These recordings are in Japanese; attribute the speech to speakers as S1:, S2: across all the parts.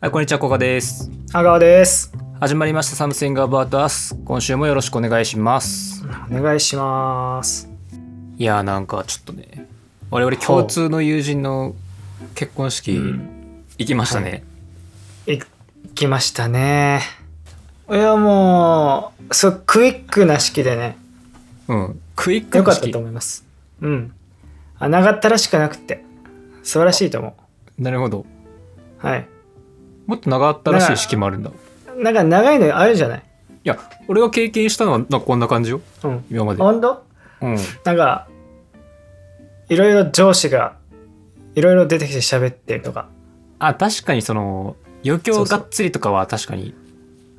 S1: はい、こんにちは、こかです。
S2: 阿川です。
S1: 始まりました、サムシングアバートアス。今週もよろしくお願いします。
S2: お願いします。
S1: いやー、なんかちょっとね、我々共通の友人の結婚式行きましたね。
S2: 行きましたね。いやもう、すごいクイックな式でね、
S1: うん。クイック
S2: 良
S1: の
S2: かった
S1: 式
S2: と。思います。うん。あ長ったらしくなくて、素晴らしいと思
S1: なるほど。
S2: う。はい。
S1: もっと長ったらしい式もあるんだ。い
S2: なんか長いのあるじゃない
S1: や、俺が経験したのはなんかこんな感じよ。
S2: うん。
S1: 今まで。
S2: ほんと
S1: うん。
S2: なんか、いろいろ上司が、いろいろ出てきて喋ってるとか。
S1: あ、確かにその、余興
S2: そうそ
S1: が
S2: う
S1: っつりとかは確かに。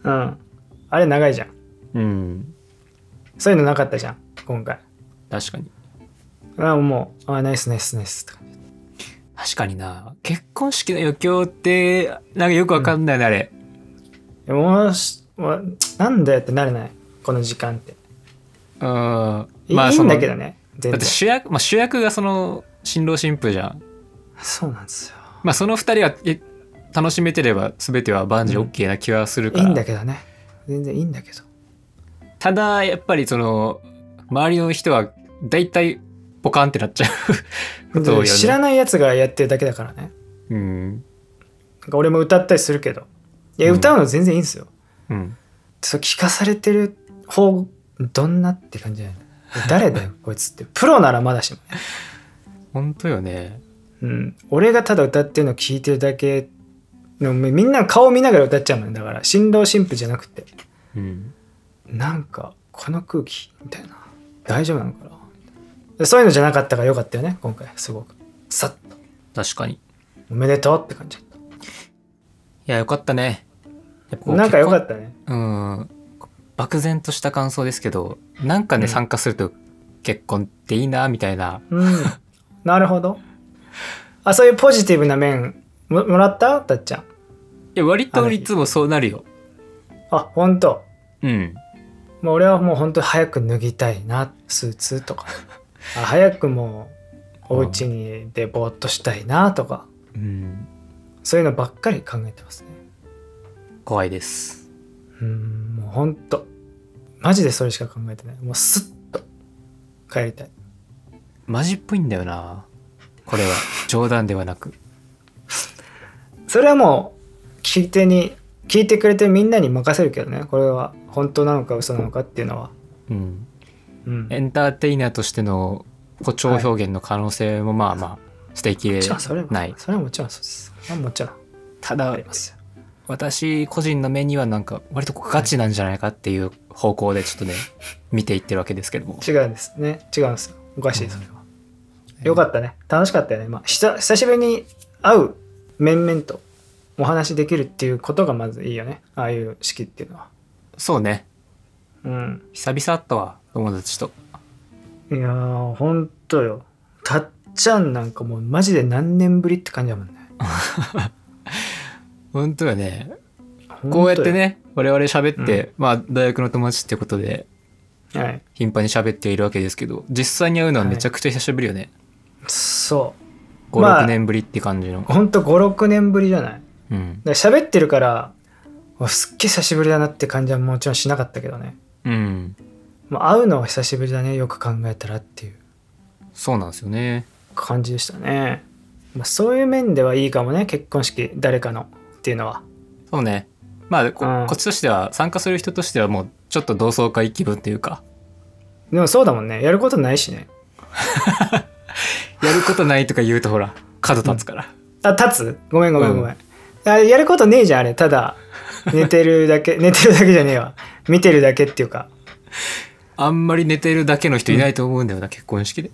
S2: うん。あれ長いじゃん。
S1: うん。
S2: そういうのなかったじゃん、今回。
S1: 確かに。
S2: あもう、あ、ナイスナイスナイスとか。
S1: 確かにな。結婚式の余興って、なんかよくわかんないね、あれ。
S2: もうしもうなんだよってなれないこの時間って、
S1: うん。ま
S2: いいいんだけどね全
S1: だっ
S2: 然
S1: て主役、まあ、主役がその新郎新婦じゃん。
S2: そうなんですよ
S1: まあその二人はえ楽しめてれば全ては万事 OK な気はするか
S2: い
S1: ら、
S2: いんだけどね全然いいんだけど
S1: ただやっぱりその周りの人は大体ポカンってなっちゃ うことをやる
S2: 知らないやつがやってるだけだからね
S1: うん、
S2: なんか俺も歌ったりするけどいや
S1: うん
S2: 歌うの全然いいんですよ、
S1: うん、
S2: そう聞かされてる方どんなって感じだよね誰だよ こいつってプロならまだしもね、
S1: 本当よね
S2: うん、俺がただ歌ってるの聞いてるだけのみんな顔見ながら歌っちゃうもんだから新郎新婦じゃなくて
S1: うん
S2: なんかこの空気みたいな大丈夫なのかなでそういうのじゃなかったからよかったよね今回すごくさっと
S1: 確かにい
S2: おめでとうって感じだっ
S1: やよかったねやっぱ
S2: たなんかよか
S1: た
S2: ったね
S1: うん漠然とした感想ですけどなんかね、
S2: うん
S1: 参加すると結婚っていいなみたいな
S2: うんなるほどあそういうポジティブな面ももらったたっちゃん
S1: いや割といつもそうなるよ
S2: あ本当
S1: うん
S2: もう俺はもう本当早く脱ぎたいなスーツとかあ早くもうお家にでぼーっとしたいなとか
S1: うん
S2: そういうのばっかり考えてますね
S1: 怖いです
S2: うんもうほんとマジでそれしか考えてないもうスッと帰りたい
S1: マジっぽいんだよなこ れは冗談ではなく
S2: それはもう聞いてに聞いてくれてるみんなに任せるけどねこれは本当なのか嘘なのかっていうのは、
S1: うん
S2: うん、
S1: エンターテイナーとしての誇張表現の可能性もまあまあ捨てきれ
S2: もちろんそれは
S1: ない
S2: それはもちろんそうですそれはもちろん
S1: た
S2: あ
S1: だ
S2: りますよ
S1: 私個人の目にはなんか割とこうガチなんじゃないかっていう方向でちょっ とね見ていってるわけですけども
S2: 違うんですね違うんですよおかしいそれは、よかったね楽しかったよね、まあ、久久しぶりに会う面々とお話できるっていうことがまずいいよねああいう式っていうのは
S1: そうね
S2: うん
S1: 久々あったわ友達と
S2: いやーほんとよたっちゃんなんかもうマジで何年ぶりって感じだもんね
S1: 本当よね
S2: ほんとよ
S1: こうやってね我々喋って、まあ大学の友達ってことで
S2: はい
S1: 頻繁に喋っているわけですけど実際に会うのはめちゃくちゃ久しぶりよね、
S2: そ
S1: 56、
S2: まあ
S1: 年ぶりって感じの
S2: うほんと56年ぶりじゃない
S1: うん、
S2: だから喋ってるからわすっげえ久しぶりだなって感じはもちろんしなかったけどね
S1: うん、
S2: もう会うのは久しぶりだねよく考えたらっていう
S1: そうなんですよね
S2: 感じでしたね、まあ、そういう面ではいいかもね結婚式誰かのっていうのは
S1: そうねまあこ,、
S2: うん
S1: こっちとしては参加する人としてはもうちょっと同窓会気分というか
S2: でもそうだもんねやることないしね
S1: やることないとか言うとほ ら角立つから、
S2: あ立つごめんごめんごめん、あれやることねえじゃんあれただ寝てるだけ 寝てるだけじゃねえわ見てるだけっていうか
S1: あんまり寝てるだけの人いないと思うんだよな、結婚式で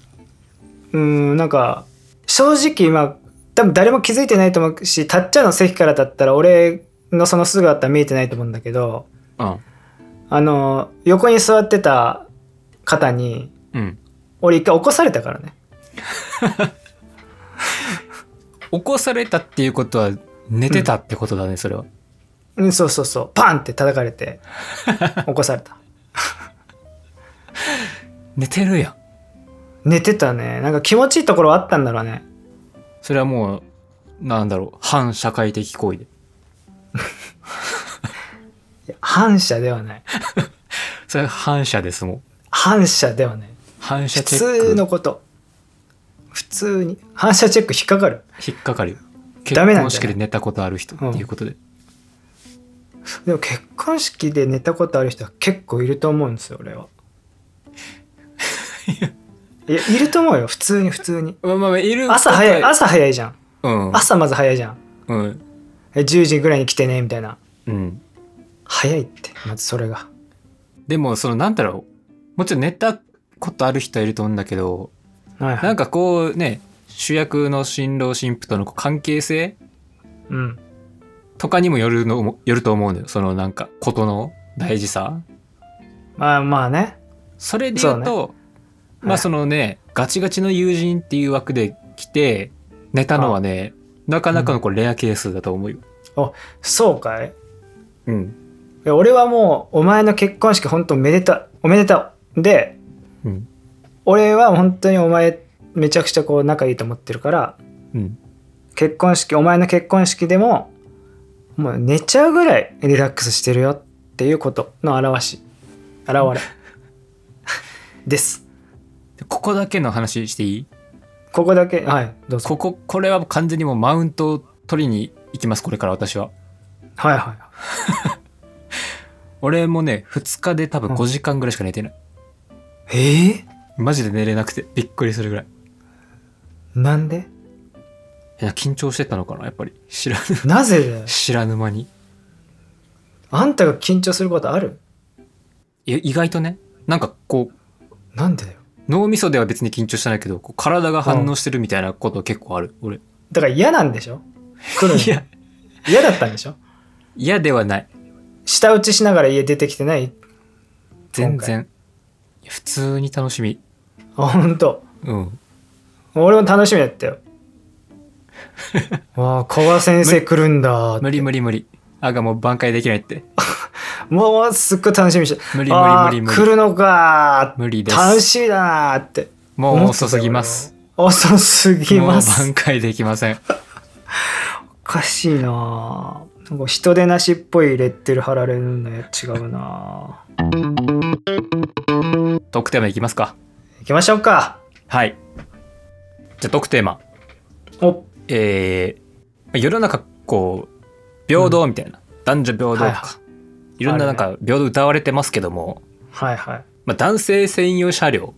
S2: うーんなんか正直今多分誰も気づいてないと思うしたっちゃんの席からだったら俺のその姿は見えてないと思うんだけど
S1: うん
S2: あの横に座ってた方に
S1: うん
S2: 俺一回起こされたからね
S1: 起こされたっていうことは寝てたってことだね、それは
S2: うんそうそうそうパンって叩かれて起こされた
S1: 寝てるやん
S2: 寝てたねなんか気持ちいいところあったんだろうね
S1: それはもうなんだろう反社会的行為で
S2: いや反射ではない。
S1: それ反射ですもん。
S2: 反射ではない。
S1: 反射
S2: 普
S1: チェック。
S2: 通のこと。普通に。反射チェック引っかかる。
S1: 引っかかる。結
S2: ダメなんだよ
S1: 婚式で寝たことある人っていうことで。
S2: でも結婚式で寝たことある人は結構いると思うんですよ、俺は。いや、いると思うよ、普通に普通に。
S1: まあまあまあ、いる。
S2: 朝早い、。朝早いじゃん。
S1: うん。
S2: 朝まず早いじゃん。
S1: うん。
S2: え10時ぐらいに来てね、みたいな。
S1: うん。
S2: 早いって、まずそれが。
S1: でも、その、なんだろう。もちろん寝たことある人はいると思うんだけど、
S2: はいは
S1: ないん。かこうね、主役の新郎新婦とのこう関係性
S2: うん。
S1: とかにもよるのも、よると思うのよ。そのなんか、ことの大事さ。
S2: まあまあね。
S1: それで言う
S2: そ
S1: と、まあそのね、ガチガチの友人っていう枠で来て、寝たのはね、なかなかのこれレアケースだと思うよ。
S2: そうかい
S1: うん。
S2: いや俺はもうお前の結婚式本当めでたおめでたで
S1: うん。
S2: 俺は本当にお前めちゃくちゃこう仲いいと思ってるから
S1: うん。
S2: 結婚式お前の結婚式でももう寝ちゃうぐらいリラックスしてるよっていうことの表し現 れです
S1: でここだけの話していい
S2: ここだけはいどうぞ
S1: ここ、これは完全にもうマウントを取りに行きます、これから私は。
S2: はいはい
S1: 俺もね、2日で多分
S2: うん
S1: 5時間ぐらいしか寝てない。
S2: ええ
S1: マジで寝れなくて、びっくりするぐらい。
S2: なんで
S1: いや、緊張してたのかな、やっぱり。知らぬ、
S2: なぜだよ
S1: 知らぬ間に。
S2: あんたが緊張することある
S1: いや、意外とね、なんかこう、
S2: なんでだよ
S1: 脳みそでは別に緊張してないけど、こう体が反応してるみたいなこと結構ある、俺。
S2: だから嫌なんでしょ来るの
S1: いや、
S2: 嫌だったんでしょ
S1: 嫌ではない。
S2: 舌打ちしながら家出てきてない
S1: 全然。いや普通に楽しみ。
S2: あ本当。
S1: うん。
S2: 俺も楽しみ だったよわあ古賀先生来るんだ
S1: 無理無理無理。あがもう挽回できないって。
S2: もうすっごい楽しみにして
S1: 無理無理
S2: あ
S1: 無
S2: あ
S1: 理無
S2: 来
S1: 理。
S2: るのか
S1: 無理です。
S2: 楽しみだなーって
S1: もう
S2: 思ってた
S1: 遅す
S2: よ
S1: ぎます。
S2: 俺も遅すぎま
S1: もう
S2: す
S1: 挽回できません。
S2: おかしいなーなんか人でなしっぽいレッテル貼られるのや違うな
S1: トークテーマいきますか。
S2: ー行きましょうか
S1: はい。じゃあトークテーマ。
S2: お
S1: えー、世の中こう、平等みたいな。男女平等とか、
S2: はい
S1: い
S2: は
S1: ろんななん
S2: あ
S1: か平等歌われてますけども、
S2: はいは
S1: まあ、男性専用車両。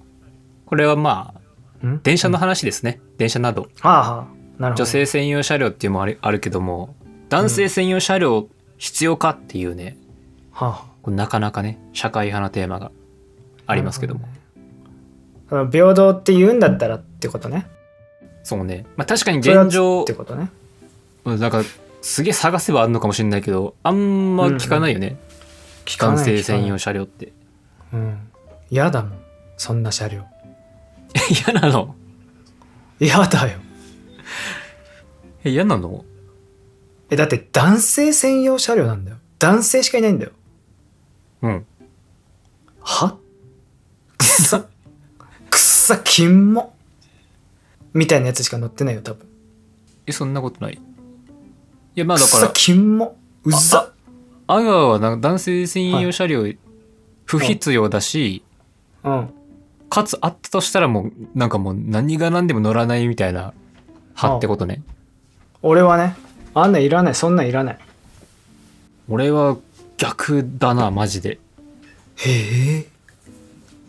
S1: これはまあ、
S2: いん
S1: 電車の話ですね。電車など。
S2: はあはあなるほど
S1: 女性専用車両っていうのもあるあるけども男性専用車両必要かっていうね、
S2: はあはあ
S1: これなかなかね社会派なテーマがありますけども
S2: なるほどね平等って言うんだったらってことね
S1: そうね、まあ、確かに現
S2: それは
S1: 状
S2: ってことね
S1: うんなんかすげえ探せばあるのかもしれないけどあんま聞かないよね、
S2: 聞かない
S1: 男性専用
S2: 聞
S1: 車両って
S2: かないうん嫌だもんそんな車両
S1: 嫌なの
S2: 嫌だよ
S1: え嫌なの
S2: えだって男性専用車両なんだよ男性しかいないんだよ
S1: うん
S2: はくさくさキンモみたいなやつしか乗ってないよ多分
S1: えそんなことないいやまあ
S2: く
S1: だか
S2: さ
S1: ら
S2: キンモうざ
S1: 阿川はなんか男性専用車両不必要だし、
S2: うん
S1: かつあったとしたらもうなんかもう何が何でも乗らないみたいな派ってことね
S2: 俺はねあんなんいらないそんなんいらない
S1: 俺は逆だなマジで
S2: へえ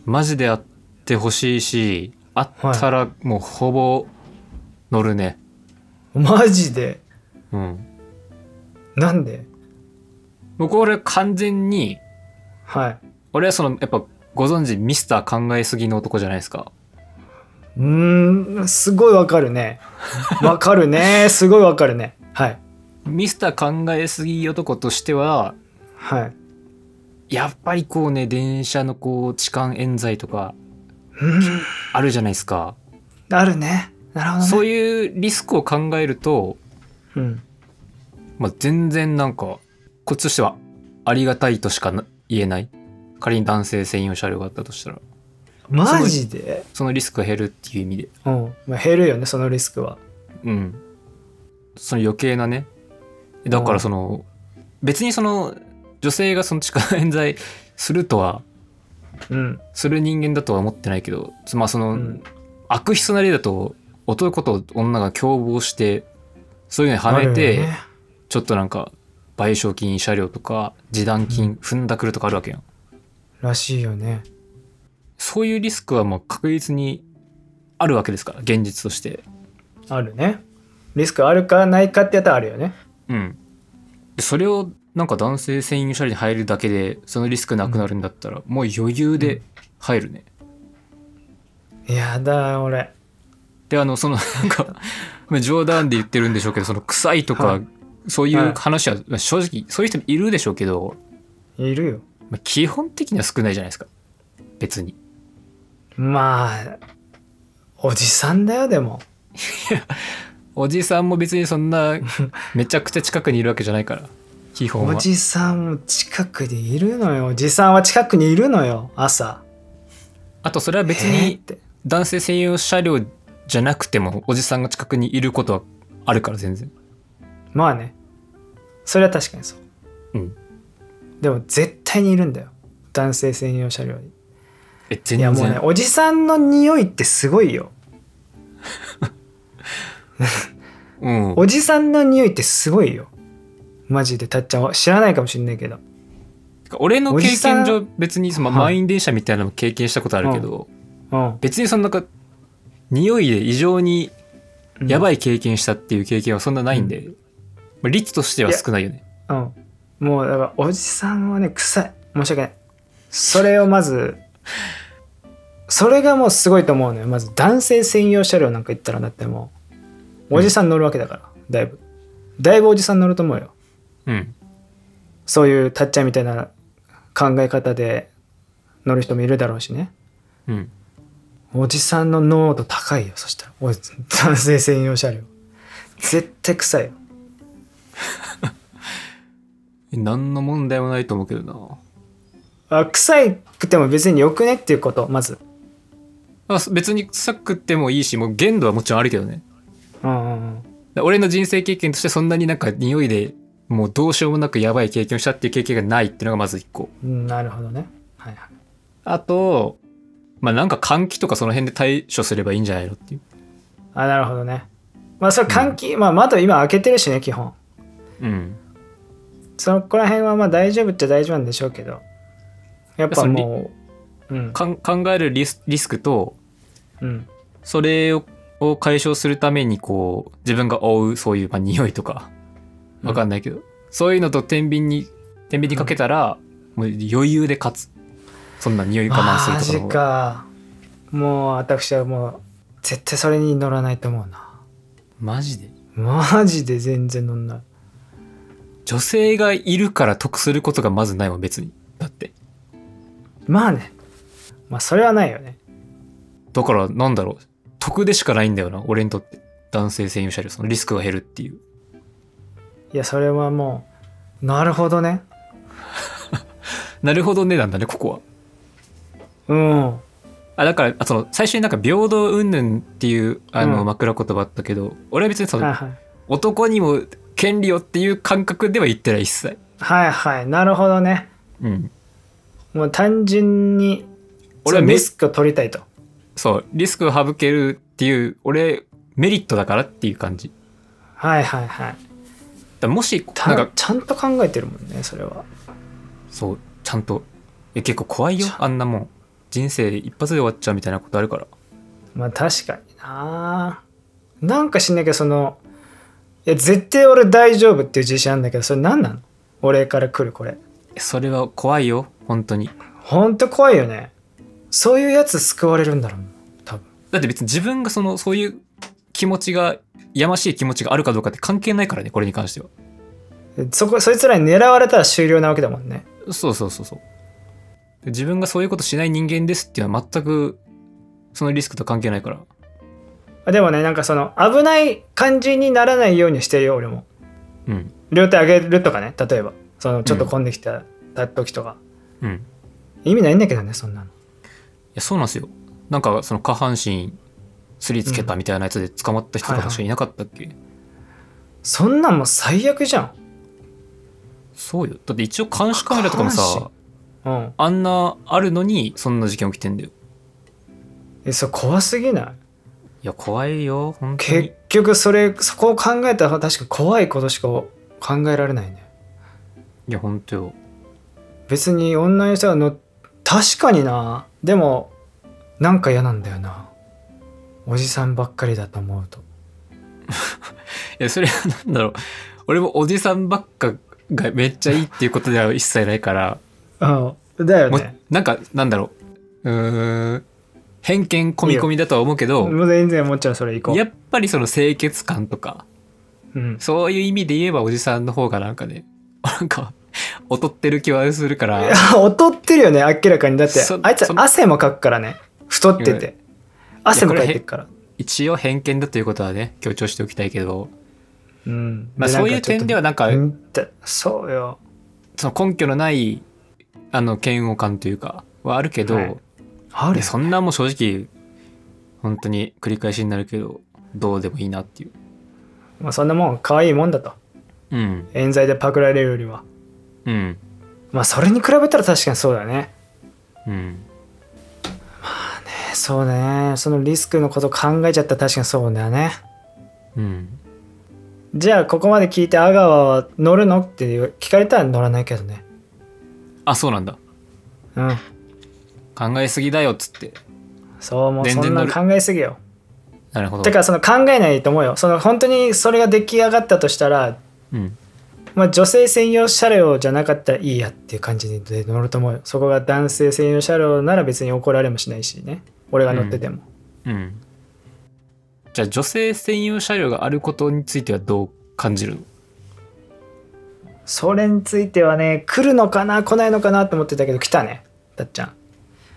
S1: マジであってほしいしあったらもうほぼ乗るね、
S2: マジで
S1: うん
S2: なんで
S1: もうこれ完全に
S2: はい
S1: 俺はそのやっぱご存知ミスター考えすぎの男じゃないですか
S2: うーん、すごいわかるね。わかるね。すごいわかるね。はい。
S1: ミスター考えすぎ男としては
S2: はい。
S1: やっぱりこうね電車のこう痴漢冤罪とか
S2: うん、
S1: あるじゃないですか
S2: あるね。なるほどね。
S1: そういうリスクを考えると
S2: うん。
S1: まあ、全然なんかこっちとしてはありがたいとしかな言えない仮に男性専用車両があったとしたら
S2: マジで
S1: そのリスクが減るっていう意味で
S2: うん。まあ、減るよね、そのリスクは。
S1: うんその余計なねだからその別にその女性がその力冤罪するとは
S2: うん。
S1: する人間だとは思ってないけどつまあその、
S2: うん
S1: 悪質な例だと男と女が共謀してそういうのにはめて、
S2: あるよね
S1: ちょっとなんか賠償金車両とか示談金踏んだくるとかあるわけやん
S2: らしいよね。
S1: そういうリスクはもう確実にあるわけですから現実として
S2: あるね。リスクあるかないかってやったらあるよね。
S1: うんでそれをなんか男性専用車両に入るだけでそのリスクなくなるんだったら、もう余裕で入るね、
S2: やだ、俺。
S1: であのそのなん かまあ冗談で言ってるんでしょうけどその臭いとか、
S2: は
S1: そうい
S2: はいう
S1: 話はまあ正直そういう人もいるでしょうけど、
S2: いるよ。
S1: まあ基本的には少ないじゃないですか別に
S2: まあ、おじさんだよ、でも。
S1: おじさんも別にそんな めちゃくちゃ近くにいるわけじゃないから基本
S2: お
S1: は
S2: じさんも近くでいるのよ。おじさんは近くにいるのよ、朝。
S1: あとそれは別
S2: えーっ
S1: に
S2: て。
S1: 男性専用車両じゃなくてもおじさんが近くにいることはあるから全然
S2: まあね。それは確かにそう。
S1: うん
S2: でも絶対にいるんだよ。男性専用車両に。
S1: え
S2: い
S1: 全
S2: や
S1: 然
S2: もうね、おじさんの匂いってすごいよ。
S1: うん
S2: おじさんの匂いってすごいよ。マジで、たっちゃんは知らないかもしんないけど。
S1: 俺の経
S2: おじさ
S1: 験
S2: ん
S1: 上別にその
S2: はい
S1: 満員電車みたいなのも経験したことあるけど、
S2: うん。
S1: 別にそのなんか匂いで異常にやばい経験したっていう経験はそんなないんで、まあ率としては少ないよね
S2: うん。もうだからおじさんはね臭い申し訳ないそれをまずそれがもうすごいと思うのよまず男性専用車両なんか行ったらだってもうおじさん乗るわけだから、だいぶだいぶおじさん乗ると思うよ
S1: うん
S2: そういうたっちゃんみたいな考え方で乗る人もいるだろうしね
S1: うん
S2: おじさんの濃度高いよそしたらおい男性専用車両絶対臭いよ
S1: え何の問題もないと思うけどな
S2: あ臭くても別によくねっていうことまず
S1: まあ、そ別に臭くてもいいしもう限度はもちろんあるけどね
S2: うんうんうん
S1: だ俺の人生経験としてそんなになんか匂いでもうどうしようもなくやばい経験をしたっていう経験がないっていうのがまず一個
S2: うんなるほどね。はいはい。
S1: あとまあなんか換気とかその辺で対処すればいいんじゃないのっていう
S2: あ、なるほどね。まあ、それ換気、まあ、窓今開けてるしね、基本。
S1: うん
S2: そこら辺はまあ大丈夫っちゃ大丈夫なんでしょうけど。やっぱもう、うん。
S1: かん考えるリスリスクと
S2: うん。
S1: それをを解消するためにこう自分が負うそういうまあ匂いとか
S2: うん
S1: わかんないけど、そういうのと天秤に天秤にかけたら、もう余裕で勝つそんな匂い我慢
S2: マ
S1: する
S2: ジ
S1: とかの方が
S2: か。もう、私はもう、絶対それに乗らないと思うな。
S1: マジで
S2: マジで全然乗んない。
S1: 女性がいるから得することがまずないもん別にだって
S2: まあね。まあ、それはないよね。
S1: だからなんだろう得でしかないんだよな俺にとって男性専用車両そのリスクが減るっていう
S2: いや、それはもう、なるほどね。
S1: なるほどねなんだねここは
S2: うん。
S1: あだからあその最初になんか平等云々っていうあの
S2: うん
S1: 枕言葉あったけど、俺は別にそ
S2: はい
S1: の
S2: はい。
S1: 男にも権利をっていう感覚では言ってない一切
S2: はいはい。なるほどね。
S1: うん
S2: もう単純に
S1: 俺は
S2: その
S1: め
S2: リスクを取りたいと
S1: そうリスクを省けるっていう俺メリットだからっていう感じだ
S2: はいはいはい
S1: からもしたなんか
S2: ちゃんと考えてるもんねそれは
S1: そうちゃんとえ結構怖いよ
S2: ちゃ
S1: あんなもん人生一発で終わっちゃうみたいなことあるから
S2: まあ確かにななんか知んないけどそのいや絶対俺大丈夫っていう自信あるんだけどそれ何なの俺から来るこれ
S1: それは怖いよ本当に
S2: ほんと怖いよねそういうやつ救われるんだろう多分
S1: だって別に自分がそのそういう気持ちがやましい気持ちがあるかどうかって関係ないからねこれに関しては
S2: そこそいつらに狙われたら終了なわけだもんね
S1: そうそうそうそうで自分がそういうことしない人間ですっていうのは全くそのリスクと関係ないから
S2: あでもねなんかその危ない感じにならないようにしてるよ俺も
S1: うん
S2: 両手上げるとかね例えばそのちょっと混んできたた時とか、
S1: うんい
S2: 意味ないんだけどねそんなの
S1: やそうなんですよなんかその下半身すりつけたみたいなやつで捕まった人とかしかいなかったっけ、
S2: そんなんもう最悪じゃん
S1: そうよだって一応監視カメラとかも
S2: 下半
S1: さ
S2: うん。
S1: あんなあるのにそんな事件起きてんだよ
S2: え、それ怖すぎない
S1: いや怖いよ本当に
S2: 結局それ、そこを考えたら確か怖いことしか考えられないね。
S1: いや本当よ
S2: 別に女の人はの、確かにな。でも、なんか嫌なんだよな。おじさんばっかりだと思うと。
S1: いやそれはなんだろう俺もおじさんばっかがめっちゃいいっていうことでは一切ないから
S2: うん。だよ
S1: も
S2: ね。
S1: なんかなんだろううーん偏見込み込みだとは思うけど
S2: もう全然もちろんそれ行こう。
S1: やっぱりその清潔感とか
S2: うん。
S1: そういう意味で言えばおじさんの方がなんかね なんか劣ってる気はするから
S2: いや 劣ってるよね明らかにだって
S1: そ
S2: あいつ
S1: そ
S2: 汗もかくからね太って
S1: いや
S2: て汗もかいてるから
S1: 一応偏見だということはね強調しておきたいけど、
S2: うん
S1: まあ、そういう点では
S2: な
S1: なんんか
S2: かちょっとうんだそうよ
S1: その根拠のないあの嫌悪感というかはあるけど、
S2: はいあ
S1: い
S2: る
S1: やそんなもう正直本当に繰り返しになるけどどうでもいいなっていう
S2: まあ、そんなもん可愛いもんだと
S1: うん
S2: 冤罪でパクられるよりは
S1: うん
S2: まあそれに比べたら確かにそうだね
S1: うん
S2: えそうねそのリスクのこと考えちゃったら確かにそうだよね
S1: うん
S2: じゃあここまで聞いて阿川は乗るのって聞かれたら乗らないけどね
S1: あそうなんだ
S2: うん
S1: 考えすぎだよっつって
S2: そうもう
S1: 全
S2: そ
S1: 然
S2: んな
S1: 乗
S2: の
S1: る
S2: 考えすぎよ
S1: なるほど
S2: だからその考えないと思うよその本当にそれが出来上がったとしたら
S1: うん
S2: まあ、女性専用車両じゃなかったらいいやっていう感じで乗ると思うよそこが男性専用車両なら別に怒られもしないしね俺が乗ってても、
S1: うんじゃあ女性専用車両があることについてはどう感じるの
S2: それについてはね来るのかな来ないのかなと思ってたけど来たねたっちゃん、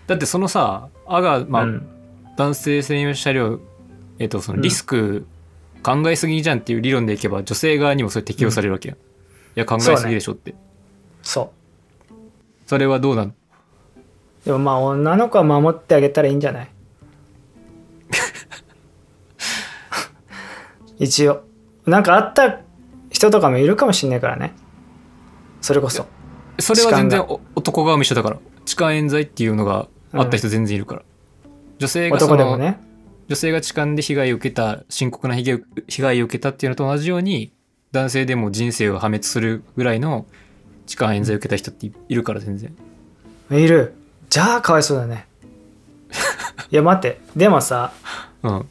S1: だってそのさ「あ」が、まあ
S2: うん
S1: 男性専用車両、えっとその
S2: うん
S1: リスク考えすぎじゃんっていう理論でいけば女性側にもそれ適用されるわけや、ん、いや考えすぎでしょってそ,、
S2: そ
S1: れはどうなの
S2: うでもまあ女の子は守ってあげたらいいんじゃない 一応なんかあった人とかもいるかもしんないからねそれこそ
S1: それは全然
S2: 痴漢
S1: お男側も一緒だから痴漢冤罪っていうのがあった人全然いるから、女性がそ
S2: 男で
S1: の、
S2: もね
S1: 女性が痴漢で被害を受けた深刻な被害を被害を受けたっていうのと同じように男性でも人生を破滅するぐらいの痴漢冤罪を受けた人っているから全然
S2: いるじゃあかわいそうだねいや待ってでもさ
S1: うん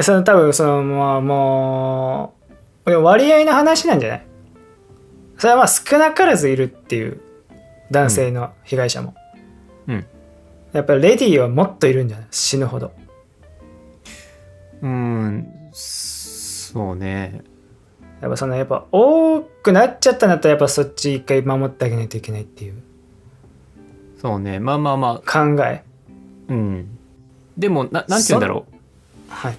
S2: その多分そのまあもういや割合の話なんじゃないそれはまあ少なからずいるっていう男性の被害者も、
S1: うん
S2: やっぱりレディーはもっといるんじゃない死ぬほど
S1: うーんそうね
S2: やっぱそのやっぱ多くなっちゃったんだったらやっぱそっち一回守ってあげないといけないっていう
S1: そうねまあまあまあ
S2: 考え
S1: うん、でもななんて言うんだろ
S2: はいう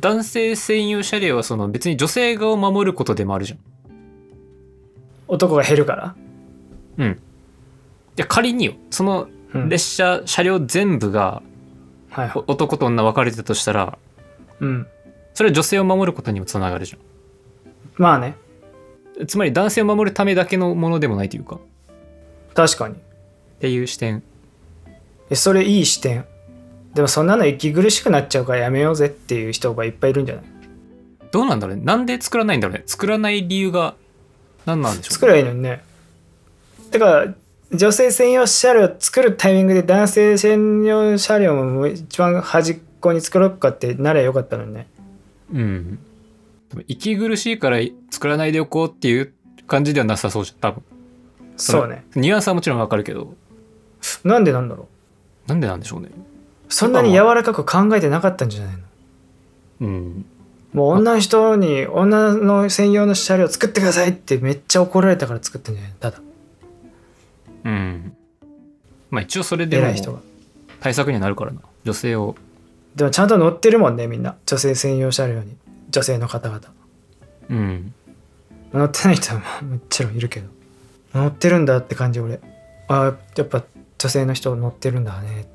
S1: 男性専用車両はその別に女性側を守ることでもあるじゃん。
S2: 男が減るから、
S1: うん、で仮によその
S2: うん
S1: 列車、車両全部が
S2: はい
S1: お男と女分かれてたとしたら
S2: うん
S1: それは女性を守ることにもつながるじ
S2: まあね
S1: ゃん。つまり男性を守るためだけのものでもないというかっ
S2: 確かに
S1: ていう視点
S2: えそれいい視点でもそんなの息苦しくなっちゃうからやめようぜっていう人がいっぱいいるんじゃない
S1: どうなんだろうねなんで作らないんだろうね作らない理由が何なんでしょう
S2: 作ればいいのにねだから女性専用車両作るタイミングで男性専用車両も一番端っこに作ろうかってなりゃよかったのにね
S1: うん多分息苦しいから作らないでおこうっていう感じではなさそうじゃん多分
S2: そうね
S1: ニュアンスはもちろんわかるけど
S2: なんでなんだろう
S1: なんでなんでしょうね。
S2: そんなに柔らかく考えてなかったんじゃないの
S1: うん。
S2: もう女の人に女の専用の車両作ってくださいってめっちゃ怒られたから作ったんじゃないのただ
S1: うん。まあ一応それで
S2: 偉い人
S1: も
S2: が
S1: 対策にはなるからな。女性を。
S2: でもちゃんと乗ってるもんねみんな女性専用車両に女性の方々
S1: うん。
S2: 乗ってない人はまあもちろんいるけど乗ってるんだって感じ俺あやっぱ女性の人乗ってるんだね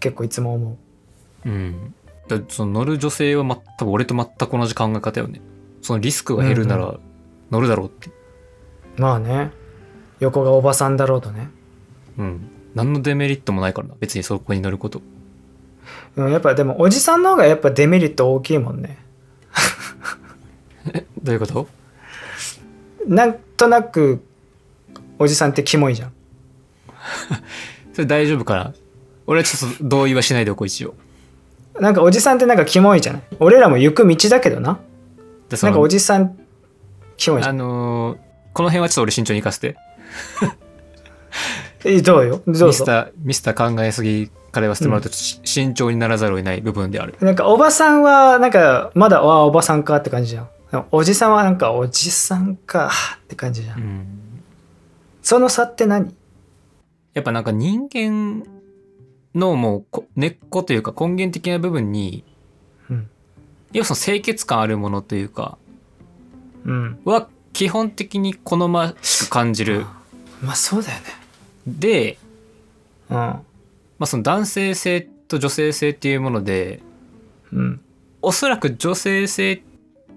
S2: 結構いつも思
S1: うん。だからその乗る女性は、ま、多分俺と全く同じ考え方よね。そのリスクが減るな
S2: う
S1: ら乗るだろうって。
S2: うまあね横がおばさんだろうとね、
S1: うん。何のデメリットもないからな。別にそこに乗ること。
S2: うん、やっぱでもおじさんの方がやっぱデメリット大きいもんね
S1: え、どういうこと
S2: なんとなくおじさんってキモいじゃん
S1: それ大丈夫かな俺はちょっと同意はしないでおこう、一応。
S2: なんかおじさんってなんかキモいじゃない俺らも行く道だけどな
S1: でそ
S2: な
S1: の
S2: んかおじさんキモいじゃ
S1: あ
S2: ん
S1: のーこの辺はちょっと俺慎重に行かせて。
S2: えどうよどう
S1: ミス
S2: ぞ
S1: ター、ミスター考えすぎから言わせてもらうと、ちょっと慎重にならざるを得ない部分である。
S2: なんかおばさんはなんかまだああおばさんかって感じじゃんでもおじさんはなんかおじさんかって感じじゃん、
S1: うん。
S2: その差って何
S1: やっぱなんか人間のもうこ根っこというか根源的な部分に、
S2: うん
S1: 要はその清潔感あるものというか、
S2: うん
S1: は基本的に好ましく感じる。
S2: まあそうだよね
S1: で、
S2: うん
S1: まあ、その男性性と女性性っていうもので
S2: うん
S1: おそらく女性性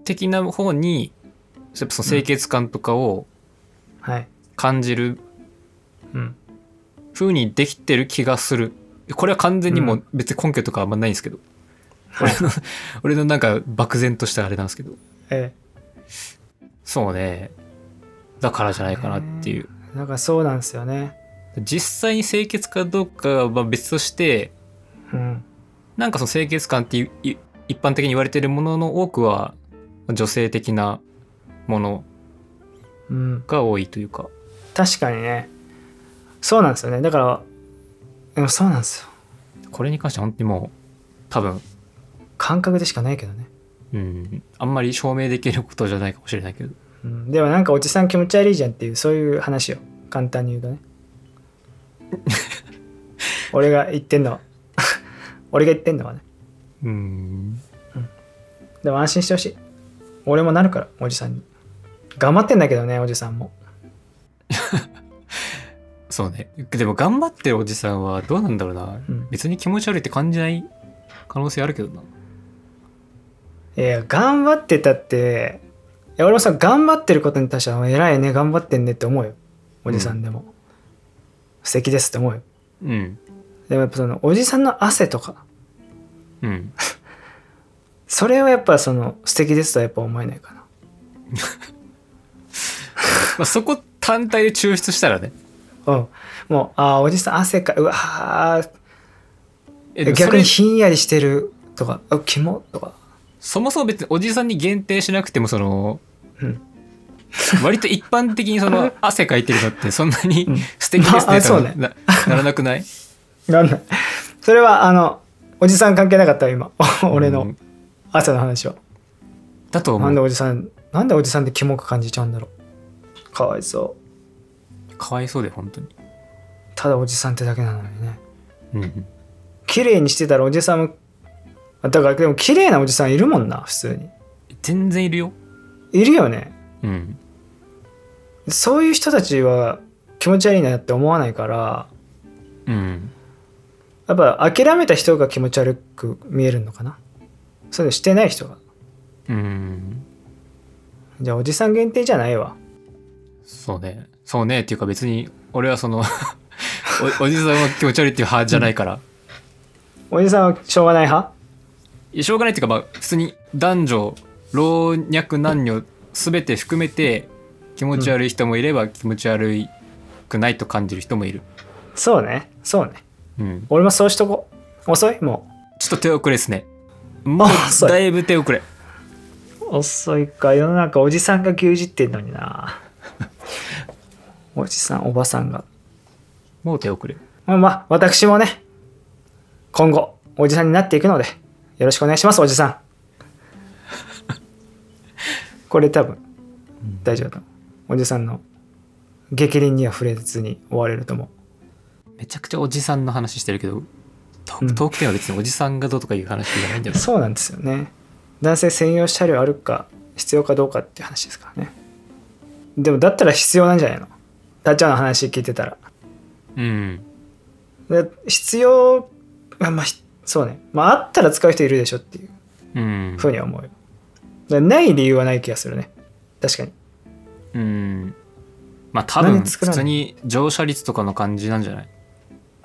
S1: 的な方にやっぱその清潔感とかを
S2: はい
S1: 感じる
S2: うん
S1: 風にできてる気がするこれは完全にもう別に根拠とかあんまないんですけど、
S2: は
S1: 俺
S2: い
S1: の俺のなんか漠然としたあれなんですけど
S2: え
S1: そうねだからじゃないかなっていう
S2: えなんかそうなんですよね
S1: 実際に清潔かどうかはまあ別として
S2: うん
S1: なんかその清潔感っていい一般的に言われてるものの多くは女性的なもの
S2: うん
S1: が多いというか
S2: 確かにねそうなんですよねだからでもそうなんですよ
S1: これに関しては本当にもう多分、
S2: 感覚でしかないけどね、
S1: うん、あんまり証明できることじゃないかもしれないけど
S2: うん、でもなんかおじさん気持ち悪いじゃんっていうそういう話を簡単に言うとね俺が言ってんのは 俺が言ってんのはね
S1: うん
S2: でも安心してほしい俺もなるからおじさんに頑張ってんだけどねおじさんも
S1: そうねでも頑張ってるおじさんはどうなんだろうな、
S2: うん
S1: 別に気持ち悪いって感じない可能性あるけどない
S2: や頑張ってたっていや俺もさ頑張ってることに対しては偉いね頑張ってんねって思うよおじさんでも、素敵ですって思うよ
S1: うん
S2: でもやっぱそのおじさんの汗とか
S1: うん
S2: それはやっぱその素敵ですとはやっぱ思えないかな
S1: まあそこ単体で抽出したらね
S2: うんもうあーおじさん汗かうわー
S1: えでもそ
S2: 逆
S1: れ
S2: にひんやりしてるとかあキモとか
S1: そもそも別におじさんに限定しなくてもその、
S2: うん
S1: 割と一般的にそ の汗かいてるのってそんなに
S2: うん
S1: 素敵です
S2: ま
S1: ね
S2: あ
S1: と
S2: そう
S1: は
S2: ね
S1: なならなくない
S2: なん だそれはあのおじさん関係なかったわ今 俺
S1: う
S2: の
S1: ん
S2: 汗の話は、
S1: だと
S2: な
S1: 思
S2: んで
S1: う
S2: おじさんなんでおじさんってキモく感じちゃうんだろうかわいそう
S1: かわいそうで本当に、
S2: ただおじさんってだけなのにね
S1: うん、
S2: 綺麗にしてたらおじさんもあだからでも綺麗なおじさんいるもんな普通に
S1: 全然いるよ、
S2: いるよね
S1: うん、
S2: そういう人たちは気持ち悪いなって思わないから
S1: うん
S2: やっぱ諦めた人が気持ち悪く見えるのかなそういうのしてない人が
S1: うん
S2: じゃあおじさん限定じゃないわ
S1: そうねそうねっていうか別に俺はその おおじさんは気持ち悪いっていう派じゃないから、
S2: おじさんはしょうがない派
S1: いやしょうがないっていうかまあ普通に男女老若男女全て含めて気持ち悪い人もいれば気持ち悪いくないと感じる人もいる、
S2: そうねそうね
S1: うん、
S2: 俺もそうしとこ遅いも
S1: ちょっと手遅れですねもう
S2: 遅い
S1: だいぶ手遅れ
S2: う遅いか世の中おじさんが牛耳ってんのになおじさんおばさんが
S1: もう手遅れ
S2: まあまあ私もね今後おじさんになっていくのでよろしくお願いしますおじさんこれ多分大丈夫だと思うおじさんの逆鱗には触れずに終われると思う
S1: めちゃくちゃおじさんの話してるけどト
S2: う
S1: ー
S2: ん
S1: クトークテーマは別におじさんがどうとかいう話じゃないんだよな
S2: そうなんですよね男性専用車両あるか必要かどうかっていう話ですからねでもだったら必要なんじゃないのタッチャーの話聞いてたら
S1: うん
S2: で必要まあまあひそうねまああったら使う人いるでしょっていう
S1: うん
S2: ふうには思うよだからない理由はない気がするね確かに
S1: うんまあ多分
S2: 何作
S1: 普
S2: らな
S1: 通
S2: い
S1: に乗車率とかの感じなんじゃない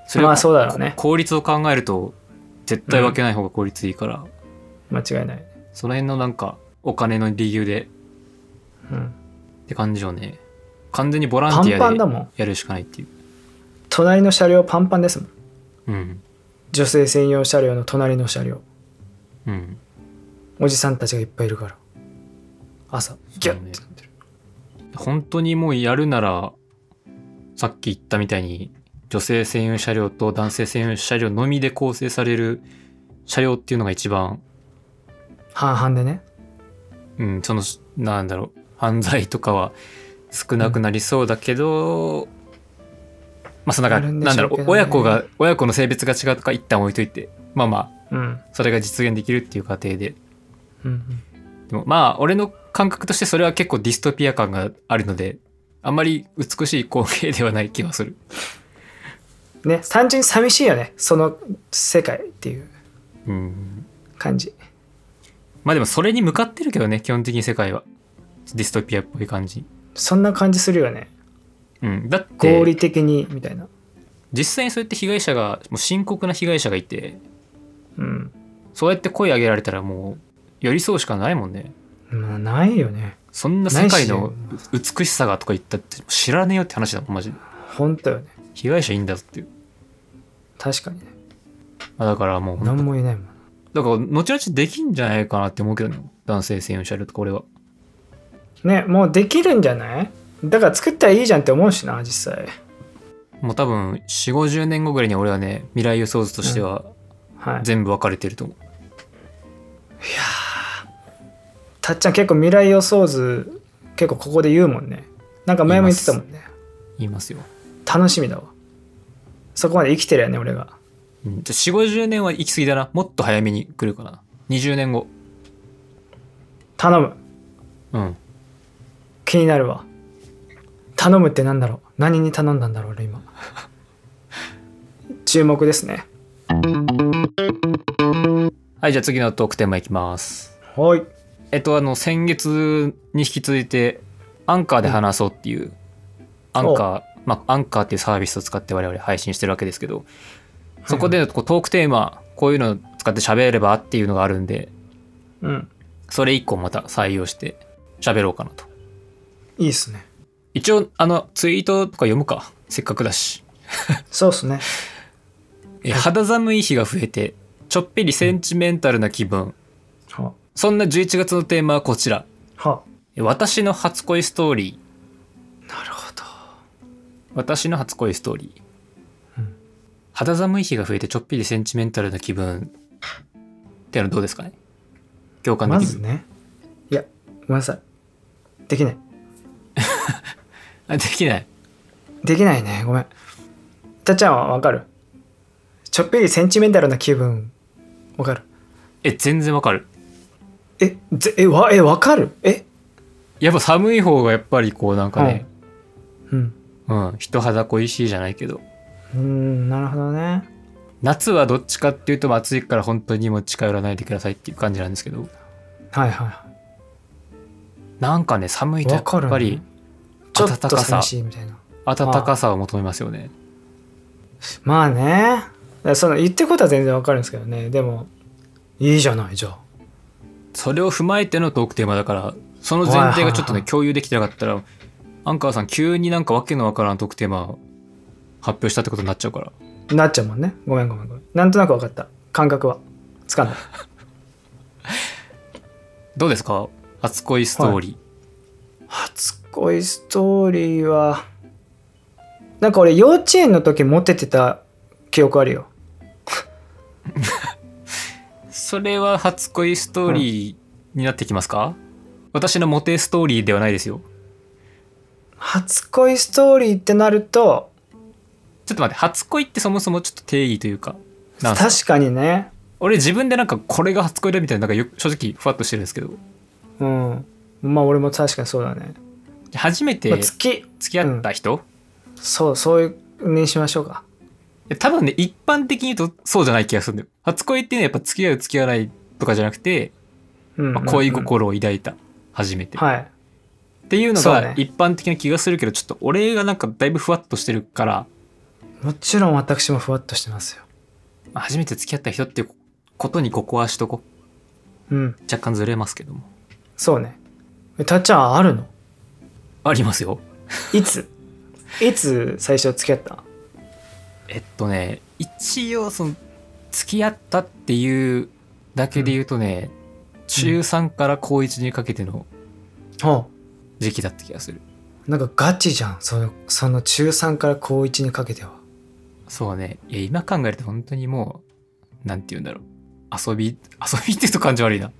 S1: それ
S2: ま
S1: は
S2: あそうだろうね
S1: 効率を考えると絶対分けない方が効率いいから、
S2: 間違いない、
S1: その辺のなんかお金の理由で
S2: うん、
S1: って感じよね完全にボラ
S2: パ
S1: ンテ
S2: ン
S1: ィ
S2: パ
S1: ア
S2: ンだ
S1: で
S2: もん
S1: やるしかないっていう
S2: 隣の車両パンパンですもん
S1: うん
S2: 女性専用車両の隣の車両
S1: うん
S2: おじさんたちがいっぱいいるから朝ギュッてなってる、
S1: 本当にもうやるならさっき言ったみたいに女性専用車両と男性専用車両のみで構成される車両っていうのが一番、
S2: 半々でね
S1: うん、そのなんだろう犯罪とかは少なくなりそうだけど、まあそのなん
S2: な
S1: か
S2: るんで
S1: なん
S2: し
S1: だ
S2: ょう
S1: ろ
S2: けど
S1: う
S2: ね
S1: 親子が親子の性別が違うとか一旦置いといてまあまあ
S2: うん
S1: それが実現できるっていう過程で
S2: うんうん
S1: でもまあ俺の感覚としてそれは結構ディストピア感があるのであんまり美しい光景ではない気がする
S2: ね単純に寂しいよねその世界っていう
S1: うん
S2: 感じ
S1: まあでもそれに向かってるけどね基本的に世界はディストピアっぽい感じ、
S2: そんな感じするよね
S1: うん、だっ
S2: 合
S1: て
S2: 理的にみたいな、
S1: 実際にそうやって被害者がもう深刻な被害者がいて
S2: うん
S1: そうやって声上げられたらもう寄り添うしかないもんね
S2: まあないよね
S1: そんな世界の
S2: ない
S1: 美しさがとか言ったって知らねえよって話だもんマジで
S2: 本当よね
S1: 被害者いいんだぞっていう
S2: 確かにね
S1: まあだからもう
S2: 何も言えないもん
S1: だから後々できんじゃないかなって思うけどね男性専用車両とか俺は
S2: ねもうできるんじゃないだから作ったらいいじゃんって思うしな実際
S1: もう多分4 5 0年後ぐらいに俺はね未来予想図としては
S2: はい
S1: 全部分かれてると思う、
S2: たっちゃん結構未来予想図結構ここで言うもんねなんか前も言ってたもんね
S1: 言いますよ、
S2: 楽しみだわそこまで生きてるよね俺が
S1: うん、じゃ4 5 0年は行き過ぎだなもっと早めに来るかな20年後
S2: 頼む
S1: うん
S2: 気になるわ頼むってなんだろう何に頼んだんだろう俺 今注目ですね
S1: はいじゃあ次のトークテーマいきます
S2: はい
S1: えっとあの先月に引き続いてアンカーで話そうっていう、アンカーまあアンカーっていうサービスを使って我々配信してるわけですけどそこでこうトークテーマこういうのを使って喋ればっていうのがあるんで
S2: うん
S1: それ以降また採用して喋ろうかなと
S2: いいっすね
S1: 一応あのツイートとか読むかせっかくだし
S2: そうっすね
S1: え肌寒い日が増えてちょっぴりセンチメンタルな気分
S2: は
S1: そんな11月のテーマはこちら
S2: は
S1: え私の初恋ストーリー
S2: なるほど
S1: 私の初恋ストーリー、
S2: うん
S1: 肌寒い日が増えてちょっぴりセンチメンタルな気分ってのどうですかね共感で
S2: ま
S1: きる、
S2: ずねいやごめんなさいできない
S1: あできない
S2: できないねごめんたっちゃんはわかるちょっぴりセンチメンタルな気分わかる
S1: え全然わかる
S2: えぜえわえわかるえ
S1: やっぱ寒い方がやっぱりこうなんかね、
S2: うん
S1: うん、人肌恋しいじゃないけど
S2: うーんなるほどね
S1: 夏はどっちかっていうと暑いから本当にもう近寄らないでくださいっていう感じなんですけど
S2: はいはいは
S1: なんかね寒いとやっ
S2: わ
S1: ぱ
S2: かる
S1: り
S2: ねちょっ
S1: 暖
S2: と
S1: かさ
S2: 寂しいみたいな
S1: 暖かさを求めますよね
S2: まあねその言ってることは全然わかるんですけどねでもいいじゃないじゃあ
S1: それを踏まえてのトークテーマだからその前提がちょっと
S2: はいはいは
S1: ね
S2: い
S1: 共有できてなかったらアンカーさん急になんかわけのわからんトークテーマ発表したってことになっちゃうから
S2: なっちゃうもんねごめんごめんごめんなんとなくわかった感覚はつかんだ
S1: どうですか初恋ストーリー、
S2: 初恋ストーリーはなんか俺幼稚園の時モテてた記憶あるよ
S1: それは初恋ストーリーになってきますか、私のモテストーリーではないですよ
S2: 初恋ストーリーってなると
S1: ちょっと待って初恋ってそもそもちょっと定義というかなんすか
S2: 確かにね
S1: 俺自分でなんかこれが初恋だみたいななんかよ正直ふわっとしてるんですけど
S2: うんまあ俺も確かにそうだね、
S1: 初めて
S2: まあ、
S1: 付
S2: 月
S1: き合った人、
S2: そうそういうにしましょうか
S1: 多分ね一般的に言うとそうじゃない気がするんだよ初恋っていうのはやっぱ付き合う付き合わないとかじゃなくて、
S2: うんうんうん
S1: まあ恋心を抱いた初めて、
S2: はい
S1: っていうの
S2: そう
S1: が
S2: ね
S1: 一般的な気がするけど、ちょっと俺がなんかだいぶふわっとしてるから、
S2: もちろん私もふわっとしてますよ。
S1: まあ初めて付き合った人っていうことにここはしとこう
S2: うん。
S1: 若干ずれますけども
S2: そうね。えたっちゃんあるの
S1: ありますよ
S2: いついつ最初付き合った
S1: えっとね一応その付き合ったっていうだけで言うとね、中3から高1にかけての
S2: あ
S1: 時期だった気がする
S2: なんかガチじゃんそのその中3から高1にかけては
S1: そうねいや今考えると本当にもうなんて言うんだろう遊び遊 びって言うと感じ悪いな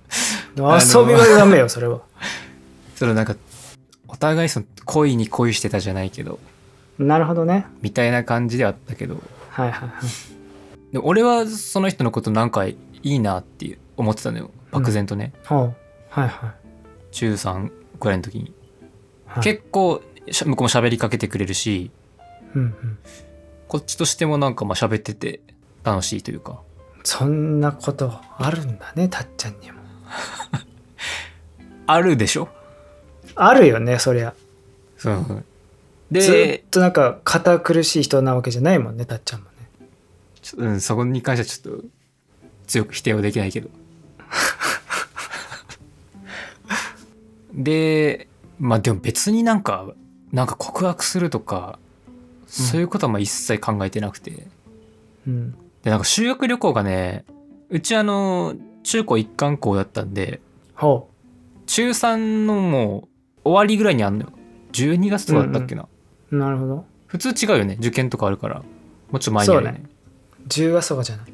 S2: でも遊びはダメよそれは
S1: そのなんかお互いその恋に恋してたじゃないけど
S2: なるほどね
S1: みたいな感じではあったけど
S2: はいはいはい
S1: でも俺はその人のことなんかいいなって思ってたのよ漠然とね、
S2: ほうはいはい
S1: 中3くらいの時に
S2: はい
S1: 結構しゃ向こうも喋りかけてくれるし
S2: うんうん
S1: こっちとしてもなんかまあ喋ってて楽しいというか
S2: そんなことあるんだねたっちゃんにも
S1: あるでしょ
S2: あるよねそりゃ
S1: そう
S2: ず
S1: で
S2: っとなんか堅苦しい人なわけじゃないもんねたっちゃんもね
S1: ちょうん、そこに関してはちょっと強く否定はできないけどでまあでも別になんかなんか告白するとかそういうことはまあ一切考えてなくて、
S2: うん
S1: でなんか修学旅行がねうちあの中高一貫校だったんで
S2: ほ
S1: 中3のもう終わりぐらいにあんのよ12月とかだったっけな、
S2: うなるほど
S1: 普通違うよね受験とかあるからもうちょっと前にあるよね
S2: 10月とかじゃない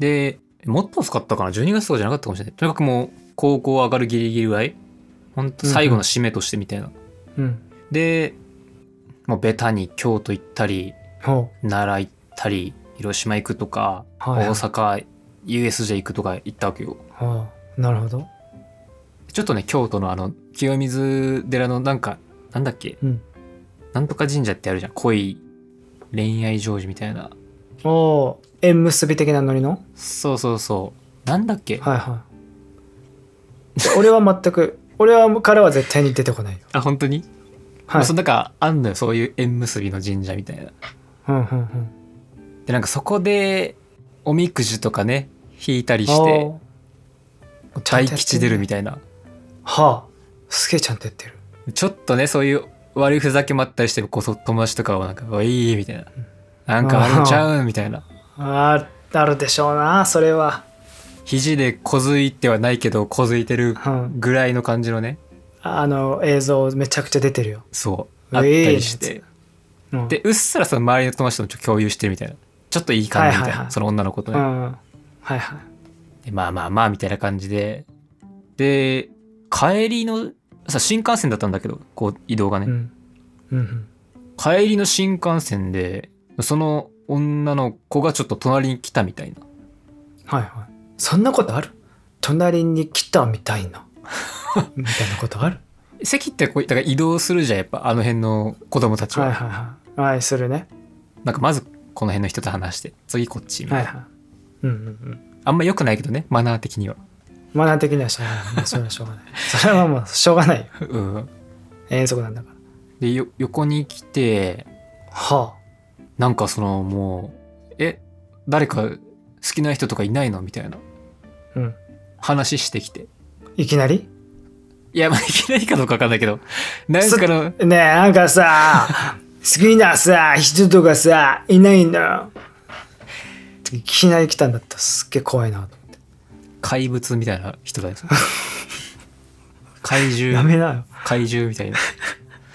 S1: でもっと遅かったかな12月とかじゃなかったかもしれないとにかくもう高校上がるギリギリぐらいほんと最後の締めとしてみたいな、
S2: うん
S1: でもうベタに京都行ったり
S2: ほ
S1: 奈良行ったり広島行くとか、
S2: うは
S1: 大
S2: いはい
S1: 阪 USJ 行くとか行ったわけよ
S2: ほうなるほど
S1: ちょっとね京都のあの清水寺のなんかなんだっけ
S2: うん
S1: なんとか神社ってあるじゃん恋恋愛成就みたいな
S2: おおー縁結び的なノリの
S1: そうそうそうなんだっけ
S2: はいはい。 俺は全く、俺はからは絶対に出てこないよ。
S1: あ本当に、ま
S2: はい
S1: あそ。のなんかあんのよそういう縁結びの神社みたいな
S2: うんうんうん。
S1: でなんかそこでおみくじとかね引いたりして大
S2: あー、ちゃんとやってんね
S1: 吉出るみたいな
S2: はあ、すげえちゃんとやってる。
S1: ちょっとねそういう悪いふざけもあったりしてこそ友達とかはなんか「おい」みたいな「なんかあるんちゃうん」みたいな
S2: あーあるでしょうな、それは。
S1: 肘で小づいてはないけど小づいてる
S2: うん。
S1: ぐらいの感じのね
S2: あの映像めちゃくちゃ出てるよ。
S1: そう
S2: う
S1: あった
S2: ええ
S1: りして、
S2: うん、
S1: でうっすらその周りの友達ともちょっと共有してるみたいなちょっといい感じみたいな、
S2: はいはいはい
S1: その女の子と
S2: う
S1: ね、
S2: ん。はいはい。
S1: でまあまあまあみたいな感じでで帰りのさ新幹線だったんだけどこう移動がね、
S2: うん。うんうん。
S1: 帰りの新幹線でその女の子がちょっと隣に来たみたいな
S2: はいはい。そんなことある隣に来たみたい な。みたいなことある
S1: 席ってこうだから移動するじゃんやっぱあの辺の子供たちは、
S2: はいはいはい。はい、するね。
S1: なんかまずこの辺の人と話して次こっちみたい
S2: は
S1: ない
S2: はい。うんうんうん。
S1: あんま良くないけどねマナー的には
S2: マナー的にはしょうがない。もうそれはしょうがない。それはもうしょうがないよ。
S1: うん
S2: 遠足なんだか
S1: でよ横に来て
S2: ら。は
S1: なんかそのもう「え誰か好きな人とかいないの?」みたいな
S2: あ。うん。
S1: 話してきて
S2: いきなり
S1: いやまあいきなりかどうかわかんないけど なんかの
S2: ねえ、なんか さ、好きなさ、人とかさ、いないんだよ。いきなり来たんだったらすっげえ怖いなと思って。
S1: 怪物みたいな人 だよ怪
S2: や
S1: 獣
S2: めなよ。
S1: 怪獣みたいな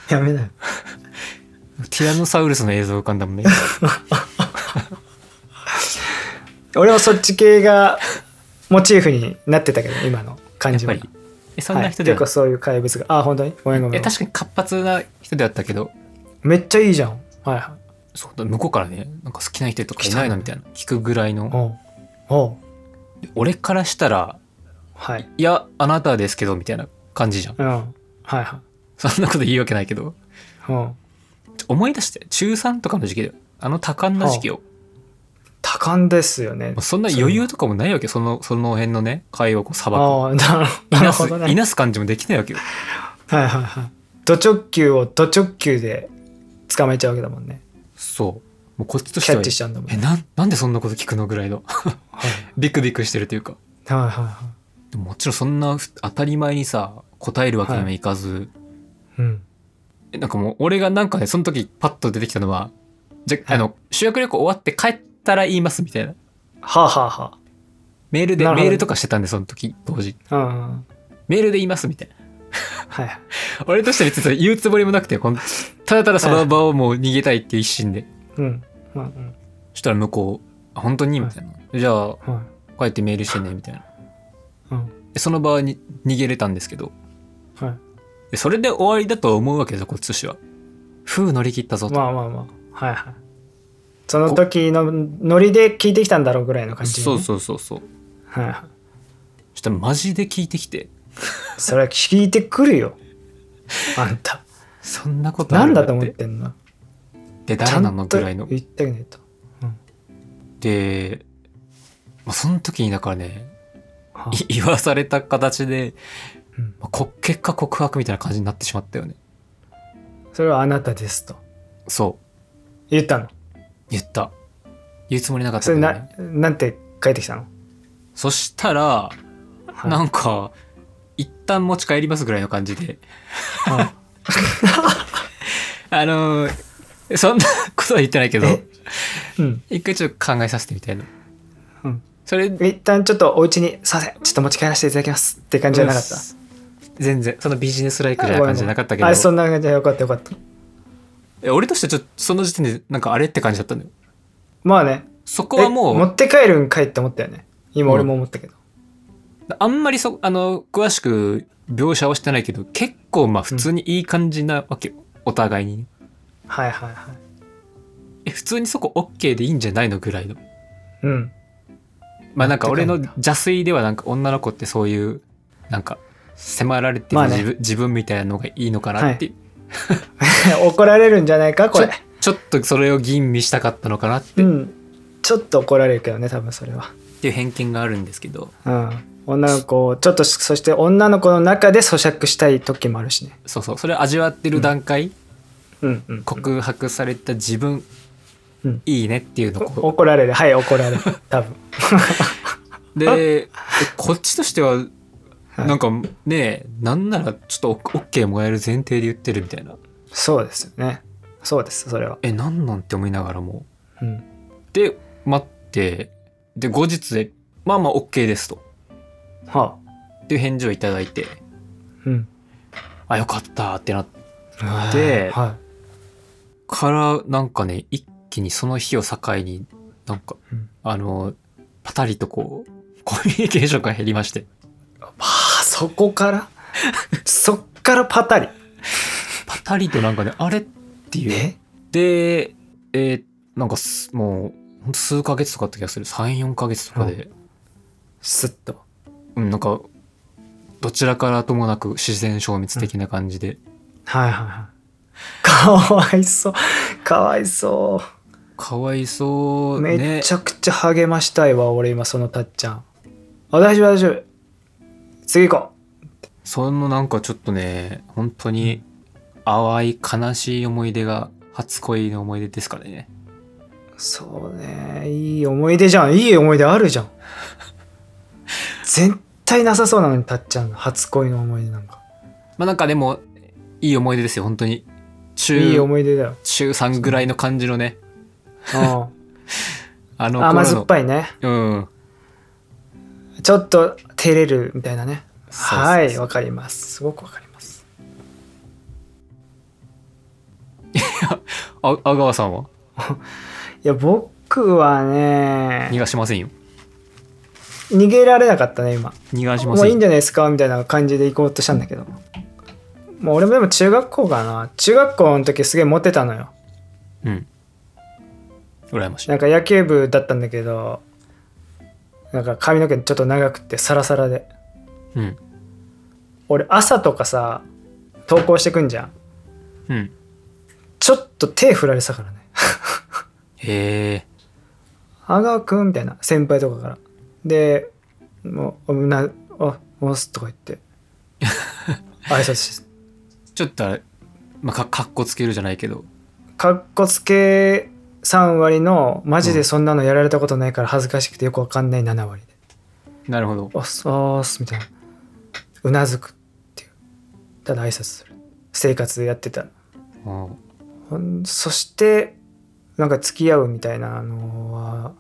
S2: やめなよ。
S1: ティラノサウルスの映像浮かんだ もんね
S2: 俺もそっち系がモチーフになってたけど、今の感
S1: やっ
S2: じ
S1: ぱ
S2: は。
S1: りえそんな人で
S2: はい、
S1: は、
S2: 結構そういう怪物が。あ、本当にごめんごめ
S1: え
S2: ん。
S1: 確かに活発な人であったけど
S2: めっちゃいいじゃん。はいは
S1: そうだ向こうからねなんか好きな人とかいないのみたいな聞くぐらい
S2: い。
S1: の
S2: おうおう
S1: 俺からしたら
S2: はい。
S1: いやあなたですけどみたいな感じじゃん
S2: うん。はいは
S1: そんなこと言うわけないけど
S2: い。うん。
S1: ちょ思い出して中3とかの時期だよあの多感な時期を
S2: 多感ですよね
S1: もう。そんな余裕とかもないわけよそのその辺のね会話をこうさばく
S2: ああ、なる
S1: い
S2: なる
S1: なす
S2: ほど
S1: い
S2: ね。
S1: なす感じもできないわけよ
S2: はいはいはい。ド直球をド直球で捕まえちゃうわけだもんね
S1: そうもうこっちとし
S2: キ
S1: て
S2: ャ
S1: は
S2: ッチしちゃうんだもん
S1: え
S2: ね
S1: なんなんでそんなこと聞くのぐらいの
S2: はい
S1: ビクビクしてるというか
S2: はいはいは
S1: でももちろんそんなふ当たり前にさ答えるわけにもいかず、
S2: いうん
S1: えなんかもう俺がなんかねその時パッと出てきたのはじゃ、
S2: はい
S1: あの修学旅行終わって帰ったら言いますみたいな
S2: はあはあは
S1: メールで
S2: なるほど
S1: メールとかしてたんでその時当時
S2: あうんうん
S1: メールで言いますみたいな
S2: はいはい
S1: 俺としては別にそれ言うつもりもなくてほんただただその場をもう逃げたいっていう一心で
S2: うんうんうん
S1: そしたら向こう「あ本当に?」みたいな、じゃあ
S2: は
S1: 帰ってメールしてね」みたいない
S2: うん
S1: でその場に逃げれたんですけど
S2: はい
S1: でそれで終わりだと思うわけですよこっちとしてはふう乗り切ったぞと、
S2: まあまあまあはいはいその時のノリで聞いてきたんだろうぐらいの感じ、ね、
S1: そうそうそうそう
S2: はいはい
S1: そしたらマジで聞いてきて
S2: それは聞いてくるよあん た
S1: そんなことあ
S2: 何
S1: る
S2: だと思
S1: っ
S2: っててんの
S1: で
S2: ちゃ
S1: 誰なの
S2: んと
S1: ぐらい
S2: 言
S1: の
S2: ってねと
S1: で、まあ、その時にだからね
S2: は い
S1: 言わされた形で、
S2: うん
S1: まあこ結果告白みたいな感じになってしまったよね
S2: それはあなたですと
S1: そう
S2: 言ったの
S1: 言った言うつもりなかっ
S2: そ
S1: た
S2: れ
S1: けど、
S2: な
S1: ね、
S2: なんて書いてきたの、
S1: そしたら
S2: はい
S1: なんか一旦持ち帰りますぐらいの感じで
S2: はい
S1: あのーそんなことは言ってないけど
S2: えうん
S1: 一回ちょっと考えさせてみたいな、
S2: うん
S1: それ
S2: 一旦ちょっとお家にすいませんちょっと持ち帰らせていただきますって感じじゃなかった
S1: 全然そのビジネスライクじゃな感じじゃなかったけど
S2: あそんな感じでよかったよかった
S1: え俺としてはちょっとその時点でなんかあれって感じだったんだよ
S2: まあね
S1: そこはも
S2: え持
S1: う
S2: って帰るんかいって思ったよね今俺も思ったけど、
S1: あんまりそあの詳しく描写はしてないけど結構まあ普通にいい感じなわけよ、お互いに
S2: はいはいはい
S1: え普通にそこ OK でいいんじゃないのぐらいの
S2: うん
S1: まあなんか俺の
S2: 持って帰
S1: 邪推ではなんか女の子ってそういうなんか迫られてる
S2: まあね
S1: 自分,、自分みたいなのがいいのかなっていう、
S2: 怒られるんじゃないかこれ
S1: ちょっとそれを吟味したかったのかなっ
S2: うんちょっと怒られるけどね多分それは
S1: ていう偏見があるんですけど
S2: うん女の子をちょっとそして女の子の中で咀嚼したい時もあるしね
S1: そうそうそれを味わってる段階、
S2: うんうん
S1: 告白された自分、
S2: うん
S1: いいねっていうのをこう
S2: 怒られるはい怒られる多分
S1: でえこっちとしては
S2: はい
S1: なんかねなんならちょっとオッオッケーもらえる前提で言ってるみたいな
S2: そうですよねそうですそれは
S1: えなんなんて思いながらも
S2: うん
S1: で待ってで後日でまあまあオッケーですと
S2: はあ
S1: っていう返事をいただいて
S2: うん
S1: あよかったってなって
S2: では
S1: からなんかね一気にその日を境になんか、
S2: うん
S1: あのパタリとこうコミュニケーションが減りまして
S2: い、はあそこからそっからパタリ
S1: パタリとなんかねあれっていう
S2: え
S1: で、えーなんかすもう、ほんと数ヶ月とかあった気がする。3、4ヶ月とかで、
S2: すっと
S1: うん、なんか、どちらからともなく自然消滅的な感じで、
S2: はいはいはいかわいそうかわいそ
S1: かわいそううね。
S2: めちゃくちゃ励ましたいわ俺今そのたっちゃんあ大丈夫大丈夫次行こ
S1: そのなんかちょっとね、本当に淡い悲しい思い出が、初恋の思い出ですかね。
S2: うそうねいい思い出じゃんいい思い出あるじゃん絶対なさそうなのにたっちゃんの初恋の思い出なんか
S1: まあなんかでも、いい思い出ですよ、本当に。中、
S2: いい思い出だよ
S1: 中3ぐらいの感じのね、
S2: うん
S1: あの頃の。
S2: 甘酸っぱいね
S1: うん。
S2: ちょっと照れるみたいなね
S1: そうそうそう
S2: はいわかりますすごくわかります
S1: あ、阿川さんはい
S2: や僕はね
S1: 逃がしませんよ。
S2: 逃げられなかったね今
S1: 逃がしま
S2: も
S1: せ
S2: うんいい
S1: よ
S2: んじゃないですかみたいな感じで行こうとしたんだけどもう俺もでも中学校かな中学校の時すげえモテたのよ
S1: うん。羨ましい。
S2: なんか野球部だったんだけどなんか髪の毛ちょっと長くてサラサラで
S1: うん。
S2: 俺朝とかさ登校してくんじゃん
S1: うん。
S2: ちょっと手振られてたからね
S1: へえ。
S2: 阿川くんみたいな先輩とかからでもうなあモスとか言って挨拶して
S1: ちょっとあれ、まあ、かかっこつけるじゃないけど
S2: かっこつけ3割のマジでそんなのやられたことないから恥ずかしくてよくわかんない7割で
S1: なるほど
S2: 「おっすおっす」みたいなうなずくっていうただ挨拶する生活やってたら
S1: あ
S2: ほんそしてなんか付き合うみたいなのは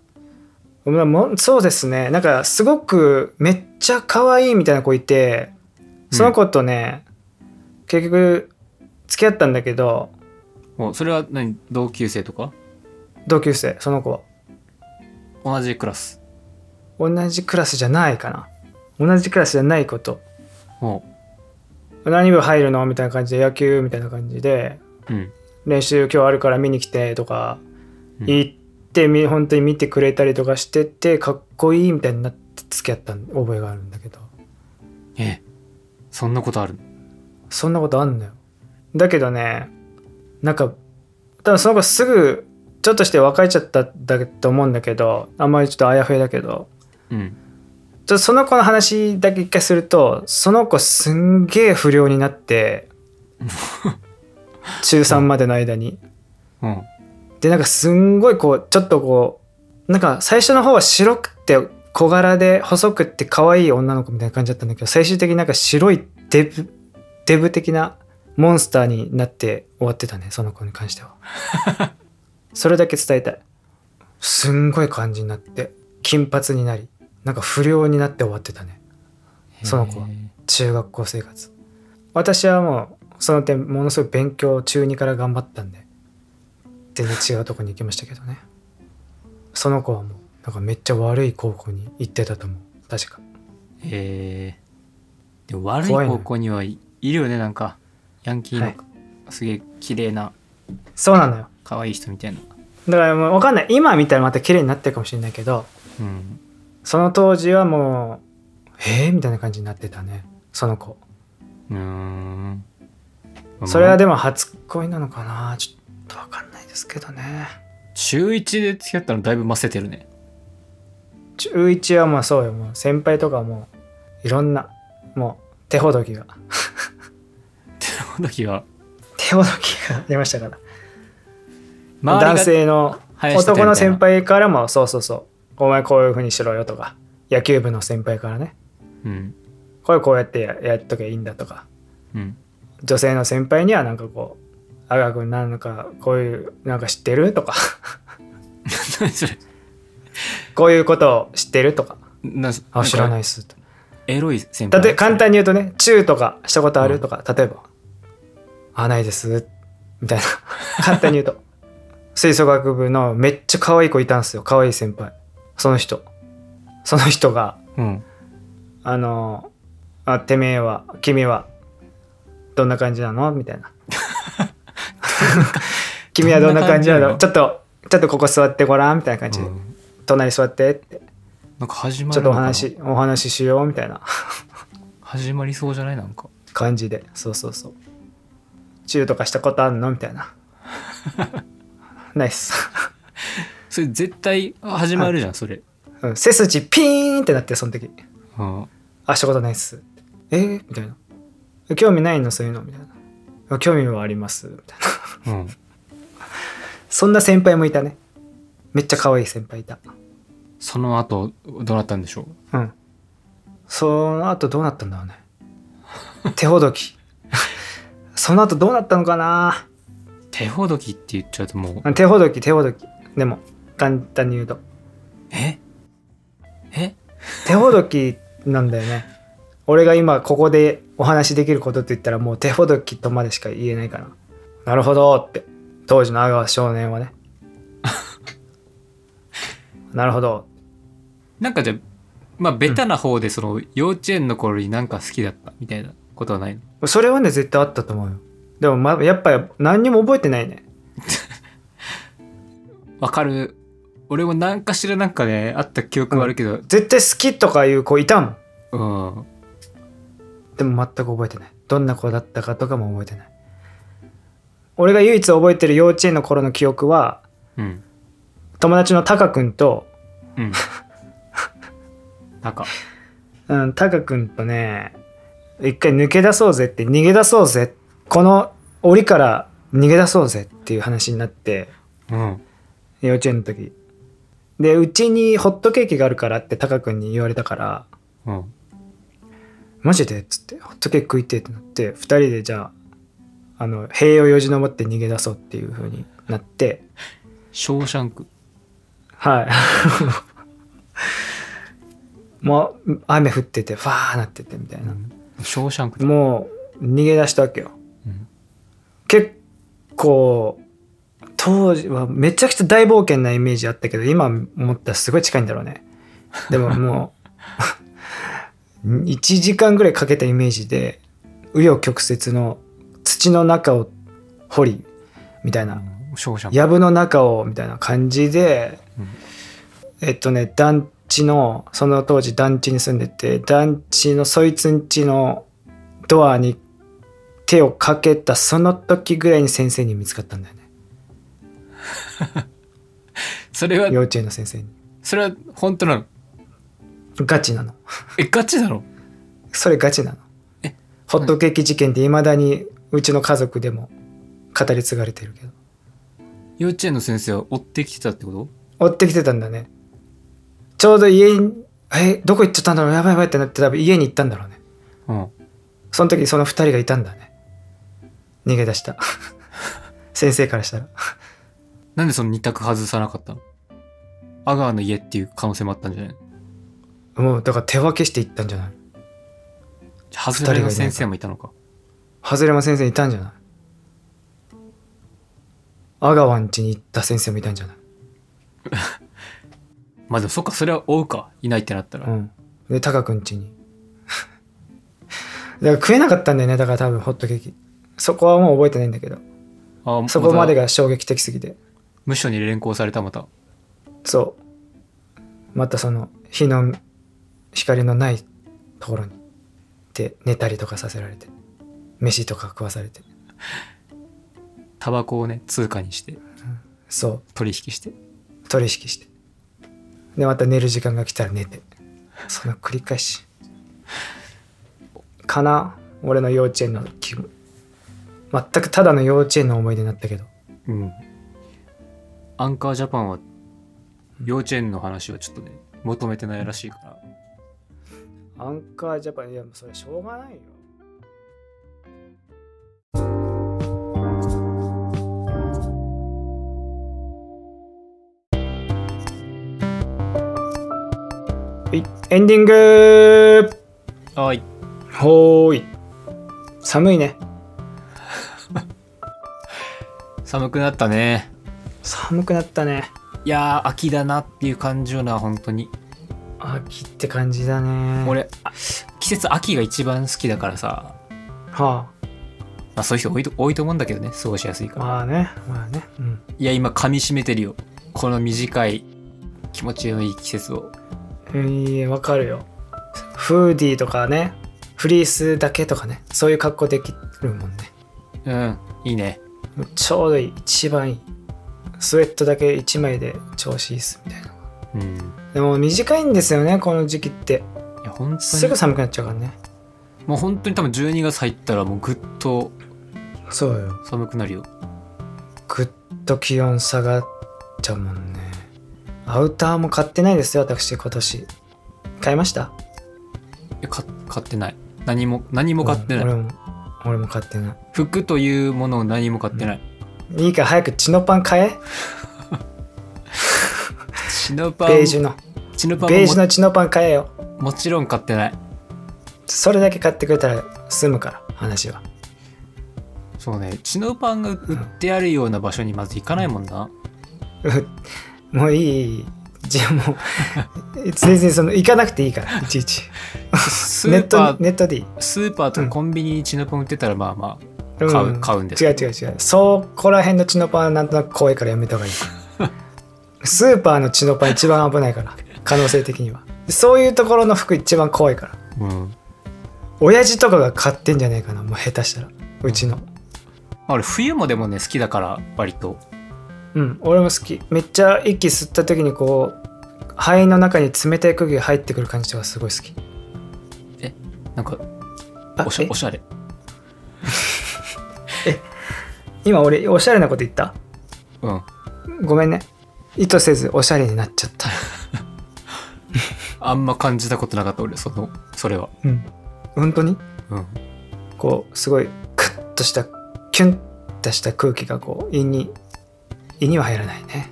S2: まあもうそうですねなんかすごくめっちゃ可愛いみたいな子いてその子とね、結局付き合ったんだけど
S1: もうそれは何同級生とか
S2: 同級生その子は
S1: 同じクラス
S2: 同じクラスじゃないかな同じクラスじゃないこと
S1: も
S2: 何部入るのみたいな感じで野球みたいな感じで
S1: ううん
S2: 練習今日あるから見に来てとか
S1: うん
S2: 行ってみ本当に見てくれたりとかしててかっこいいみたいになって付き合った覚えがあるんだけど
S1: ええそんなことある
S2: そんなことあんのよだけどねなんか多分その子すぐちょっとして別れちゃったんだと思うんだけどあんまりちょっとあやふやだけど
S1: うん
S2: ちょっとその子の話だけ一回するとその子すんげえ不良になって 中3までの間に
S1: うん
S2: でなんかすんごいこうちょっとこうなんか最初の方は白くて小柄で細くて可愛い女の子みたいな感じだったんだけど最終的になんか白いデブデブ的なモンスターになって終わってたねその子に関してはそれだけ伝えたいすんごい感じになって金髪になりなんか不良になって終わってたねその子は
S1: へ
S2: 中学校生活私はもうその点ものすごい勉強を中2から頑張ったんで全然違うとこに行きましたけどねその子はもうなんかめっちゃ悪い高校に行ってたと思う確か
S1: えへえでも悪い
S2: 怖いね
S1: 高校にはいいるよねなんかヤンキーの、
S2: はい
S1: すげえ綺麗な
S2: そうなのよ
S1: 可愛い人みたいな
S2: だからもう分かんない今見たらまた綺麗になってるかもしれないけど
S1: うん
S2: その当時はもうえー、みたいな感じになってたねその子
S1: うーん
S2: それは
S1: で
S2: でも初恋なのかなちょっと分かんないですけどね
S1: 中1で付き合ったのだいぶませてるね
S2: 中1はもうそうよもう先輩とかもういろんなもう手ほどきが
S1: この時は
S2: 手ほどきが出ましたから
S1: 周りが
S2: 男性の
S1: 生やしてたみたいな
S2: 男の先輩からもそうそうそうお前こういうふうにしろよとか野球部の先輩からね
S1: うん
S2: これこうやってややっとけばいいんだとか
S1: うん
S2: 女性の先輩にはなんかこう「あがくんなんかこういうなんか知ってる?」とか
S1: 何それ
S2: こういうことを知ってるとか
S1: な
S2: 「あ知らない
S1: い
S2: っす」と
S1: エロい先
S2: だ
S1: 輩
S2: って簡単に言うとね「チュー」とかしたことあ
S1: う
S2: る
S1: ん
S2: とか、例えば「あないです」みたいな 簡単に言うと吹奏楽部のめっちゃ可愛い子いたんすよ可愛い先輩その人その人が
S1: うん
S2: 「あのあてめえは君はどんな感じなの?」みた いな「君はどんな感じな
S1: どん
S2: の
S1: な感
S2: ちょっとちょっとここ座ってごらん」みたいな感じで「
S1: うん
S2: 隣座って」って
S1: なんか始ま
S2: ちょ
S1: る
S2: っ
S1: の
S2: とお
S1: かな
S2: 話お話ししようみたいな
S1: 始まりそうじゃないなんか
S2: 感じでそうそうそうチューとかしたことあんのみたいなナイス、
S1: それ絶対始まるじゃんそれ
S2: うん、背筋ピーンってなってその時
S1: うん
S2: あしたことないっすえー、みたいな興味ないのそういうのみたいな興味はありますみたいな
S1: うん
S2: そんな先輩もいたねめっちゃ可愛い先輩いた
S1: その後どうなったんでしょ
S2: うんその後どうなったんだろうね手ほどきその後どうなったのかな
S1: う手ほどきって言っちゃうともう
S2: 手ほどき手ほどきでも簡単に言うと
S1: ええ
S2: 手ほどきなんだよね俺が今ここでお話しできることって言ったらもう手ほどきとまでしか言えないかななるほどって当時の阿川少年はねなるほど
S1: なんかじゃあまあベタな方でその幼稚園の頃になんか好きだったみたいなことはないの
S2: それはね絶対あったと思うよでも、ま、やっぱ何にも覚えてないね
S1: わかる俺もなんかしらなんかねあった記憶はあるけど
S2: 絶対好きとかいう子いたもん
S1: うん、
S2: でも全く覚えてないどんな子だったかとかも覚えてない俺が唯一覚えてる幼稚園の頃の記憶は
S1: うん
S2: 友達のタカ君と
S1: うんなんか
S2: うん、タカ君とね、一回抜け出そうぜって、逃げ出そうぜ。この檻から逃げ出そうぜっていう話になって
S1: うん。
S2: 幼稚園の時でうちにホットケーキがあるからってタカ君に言われたから
S1: うん。
S2: マジでっつってホットケーキ食いてえってなって2人でじゃああの塀をよじ登って逃げ出そうっていう風になって
S1: ショーシャンク。
S2: はい もう雨降っててファーなっててみたいな、
S1: ショーシャンク。
S2: もう逃げ出したわけよ
S1: うん
S2: 結構当時はめちゃくちゃ大冒険なイメージあったけど今思ったらすごい近いんだろうねでももう 1時間ぐらいかけたイメージで紆余曲折の土の中を掘りみたいな
S1: ショーシャンク。
S2: 藪の中をみたいな感じで、
S1: うん
S2: えっとね団地のその当時団地に住んでて団地のそいつんちのドアに手をかけたその時ぐらいに先生に見つかったんだよね
S1: それは、
S2: 幼稚園の先生に
S1: それは本当なの。
S2: ガチなの
S1: え、ガチなの
S2: それガチなの
S1: え
S2: ホットケーキ事件でいまだにうちの家族でも語り継がれてるけど
S1: 幼稚園の先生は追ってきてたってこと
S2: 追ってきてたんだねちょうど家にえどこ行っちゃったんだろうやばいやばいってなって多分家に行ったんだろうね
S1: うん。
S2: その時その2人がいたんだね。逃げ出 した。先生からしたら。
S1: なんでその二択外さなかったの阿川の家っていう可能性もあったんじゃない
S2: もうだから手分けしていったんじゃない
S1: 外れの先生もいたのか。
S2: 外れも先生いたんじゃない阿川ん家に行った先生もいたんじゃない
S1: まあでもそっか、それは追うか。いないってなったら。
S2: うん。で、タカ君家に。 だから食えなかったんだよね。だから多分ホットケーキ。そこはもう覚えてないんだけど。
S1: あ
S2: そこまで。
S1: た
S2: が衝撃的すぎて。
S1: 無所に連行されたまた。
S2: そう。またその日の光のないところに行って寝たりとかさせられて、飯とか食わされて、
S1: タバコをね、通貨にして、
S2: そ
S1: 取引して。
S2: う、取引して。で、また寝る時間が来たら寝て。その繰り返し。かな俺の幼稚園の気分。全くただの幼稚園の思い出になったけど。
S1: うん。アンカージャパンは、幼稚園の話はちょっとね、求めてないらしいから。
S2: アンカージャパン、いや、もうそれしょうがないよ。はいエンディング
S1: はい。
S2: ほーい。寒いね。
S1: 寒くなったね。
S2: 寒くなったね。
S1: いやー、秋だなっていう感じよな、本当に。
S2: 秋って感じだね。。
S1: 俺、あ季節秋が一番好きだからさ、
S2: は
S1: まあそういう人多いと多いと思うんだけどね、過ごしやすい
S2: あ、
S1: から。
S2: まあね、まあね。うん。
S1: いや、今噛み締めてるよ。この短い、気持ちのいい季節を。
S2: いいわかるよフーディーとかねフリースだけとかねそういう格好できるもんね
S1: うん、いいね。
S2: もうちょうどいい一番いいスウェットだけ1枚で調子いいっすみたいな
S1: うん。い
S2: でも短いんですよねこの時期って
S1: や、本当に。
S2: すぐ寒くなっちゃうからね
S1: もう本当に多分12月入ったらもうぐっと
S2: そうよ
S1: 寒くなるよ。
S2: ぐっと気温下がっちゃうもんねアウターも買ってないですよ私今年買いました
S1: いや、か買ってない。何も、何も買ってない。
S2: うん俺も俺も買ってない
S1: 服というものを何も買ってない。
S2: いいから早くチノパン買え
S1: チノパン、
S2: ベージュの
S1: チノパン
S2: ベージュ
S1: も
S2: のチノパン買えよ
S1: ももちろん買ってない。
S2: それだけ買ってくれたら済むから話は
S1: そうね、チノパンが売ってあるような場所にまず行かないもんな。
S2: うもういいいいじゃあも う全然その行かなくていいからいちいち
S1: スー
S2: ネット
S1: パー、
S2: ネットでいい
S1: スーパーとかコンビニにチノパン売ってたらまあまあ、
S2: 買
S1: 買う買うんです
S2: 違う違う違うそこら辺のチノパンはなんとなく怖いからやめ た方がいいスーパーのチノパン一番危ないから可能性的にはそういうところの服一番怖いから
S1: うん。
S2: 親父とかが買ってんじゃねえかなもう下手したらうちの
S1: まあ俺冬もでもね好きだから割と
S2: うん俺も好きめっちゃ息吸った時にこう肺の中に冷たい空気が入ってくる感じとかすごい好き
S1: なんか
S2: あ
S1: おしゃ
S2: え
S1: おしゃれ
S2: 今俺おしゃれなこと言った
S1: うん。
S2: ごめんね意図せずおしゃれになっちゃった
S1: あんま感じたことなかった俺、その、それは。
S2: うん本当に
S1: うん。
S2: こうすごいクッとしたキュンとした空気がこう胃に胃には入らないね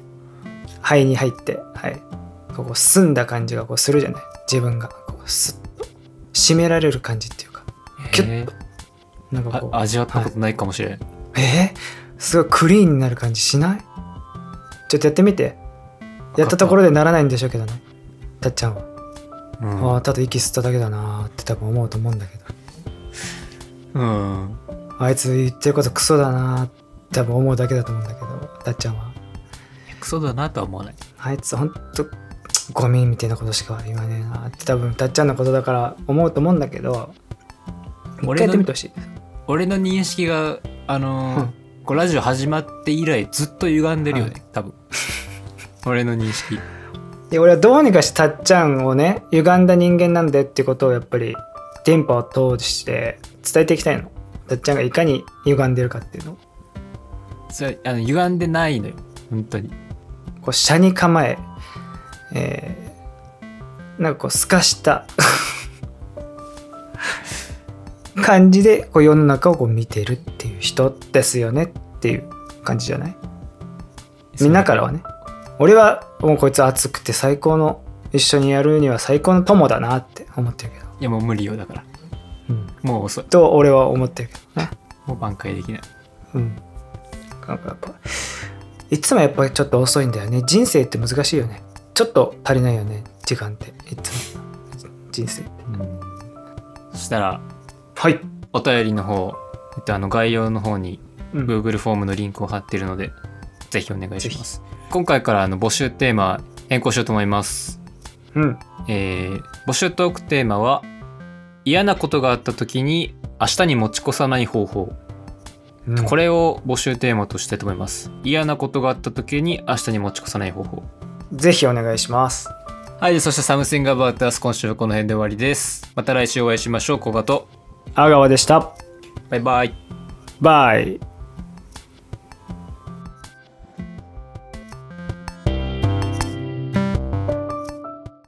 S2: 肺に入ってはいこう澄んだ感じがこうするじゃない自分がこうスッと締められる感じっていうかキュッ
S1: へー
S2: なんかこう
S1: あ味わったことないかもしれん。
S2: えー、すごいクリーンになる感じしないちょっとやってみて
S1: た
S2: やったところでならないんでしょうけどねたっちゃんは、
S1: うん
S2: ああただ息吸っただけだなーって多分思うと思うんだけど
S1: うん。
S2: あいつ言ってることクソだなーって多分思うだけだと思うんだけどたっちゃんは
S1: クソだなとは思わない。
S2: あいつほんとゴミみたいなことしか言わねえなーって多分たっちゃんのことだから思うと思うんだけど一回
S1: 俺
S2: や
S1: の
S2: ってみてほしい
S1: 俺の認識が、あのー
S2: うん
S1: こうラジオ始まって以来ずっと歪んでるよね、
S2: は
S1: 多分。 俺の認識。
S2: で俺はどうにかしてたっちゃんをね歪んだ人間なんだよっていうことをやっぱり電波を通して伝えていきたいのたっちゃんがいかに歪んでるかっていうのを
S1: それあの歪んでないのよ、本当に。
S2: こう車に構ええーなんかこう透かした 感じでこう世の中をこう見てるっていう人ですよねっていう感じじゃないみんなからはね俺はもうこいつ熱くて最高の一緒にやるには最高の友だなって思ってるけど、
S1: いやもう無理よ、だから。
S2: うん、
S1: もう遅い。
S2: と俺は思ってるけどね。
S1: もう挽回できない。
S2: うん。なんかやっぱ、いつもやっぱりちょっと遅いんだよね。人生って難しいよね。ちょっと足りないよね、時間って。いつも。人生。
S1: うんそしたら、
S2: はい。
S1: お便りの方、えっと、あの概要の方に
S2: うん。
S1: Google フォームのリンクを貼ってるので、ぜひお願いします。今回からあの募集テーマ変更しようと思います。
S2: うん。
S1: えー募集トークテーマは、嫌なことがあった時に明日に持ち越さない方法。
S2: うん
S1: これを募集テーマとしてと思います。嫌なことがあった時に明日に持ち越さない方法。
S2: ぜひお願いします。
S1: はい、でそして Something About Us 今週はこの辺で終わりです。また来週お会いしましょう。小賀と。
S2: 阿川でした。
S1: バイバイ。
S2: バイ。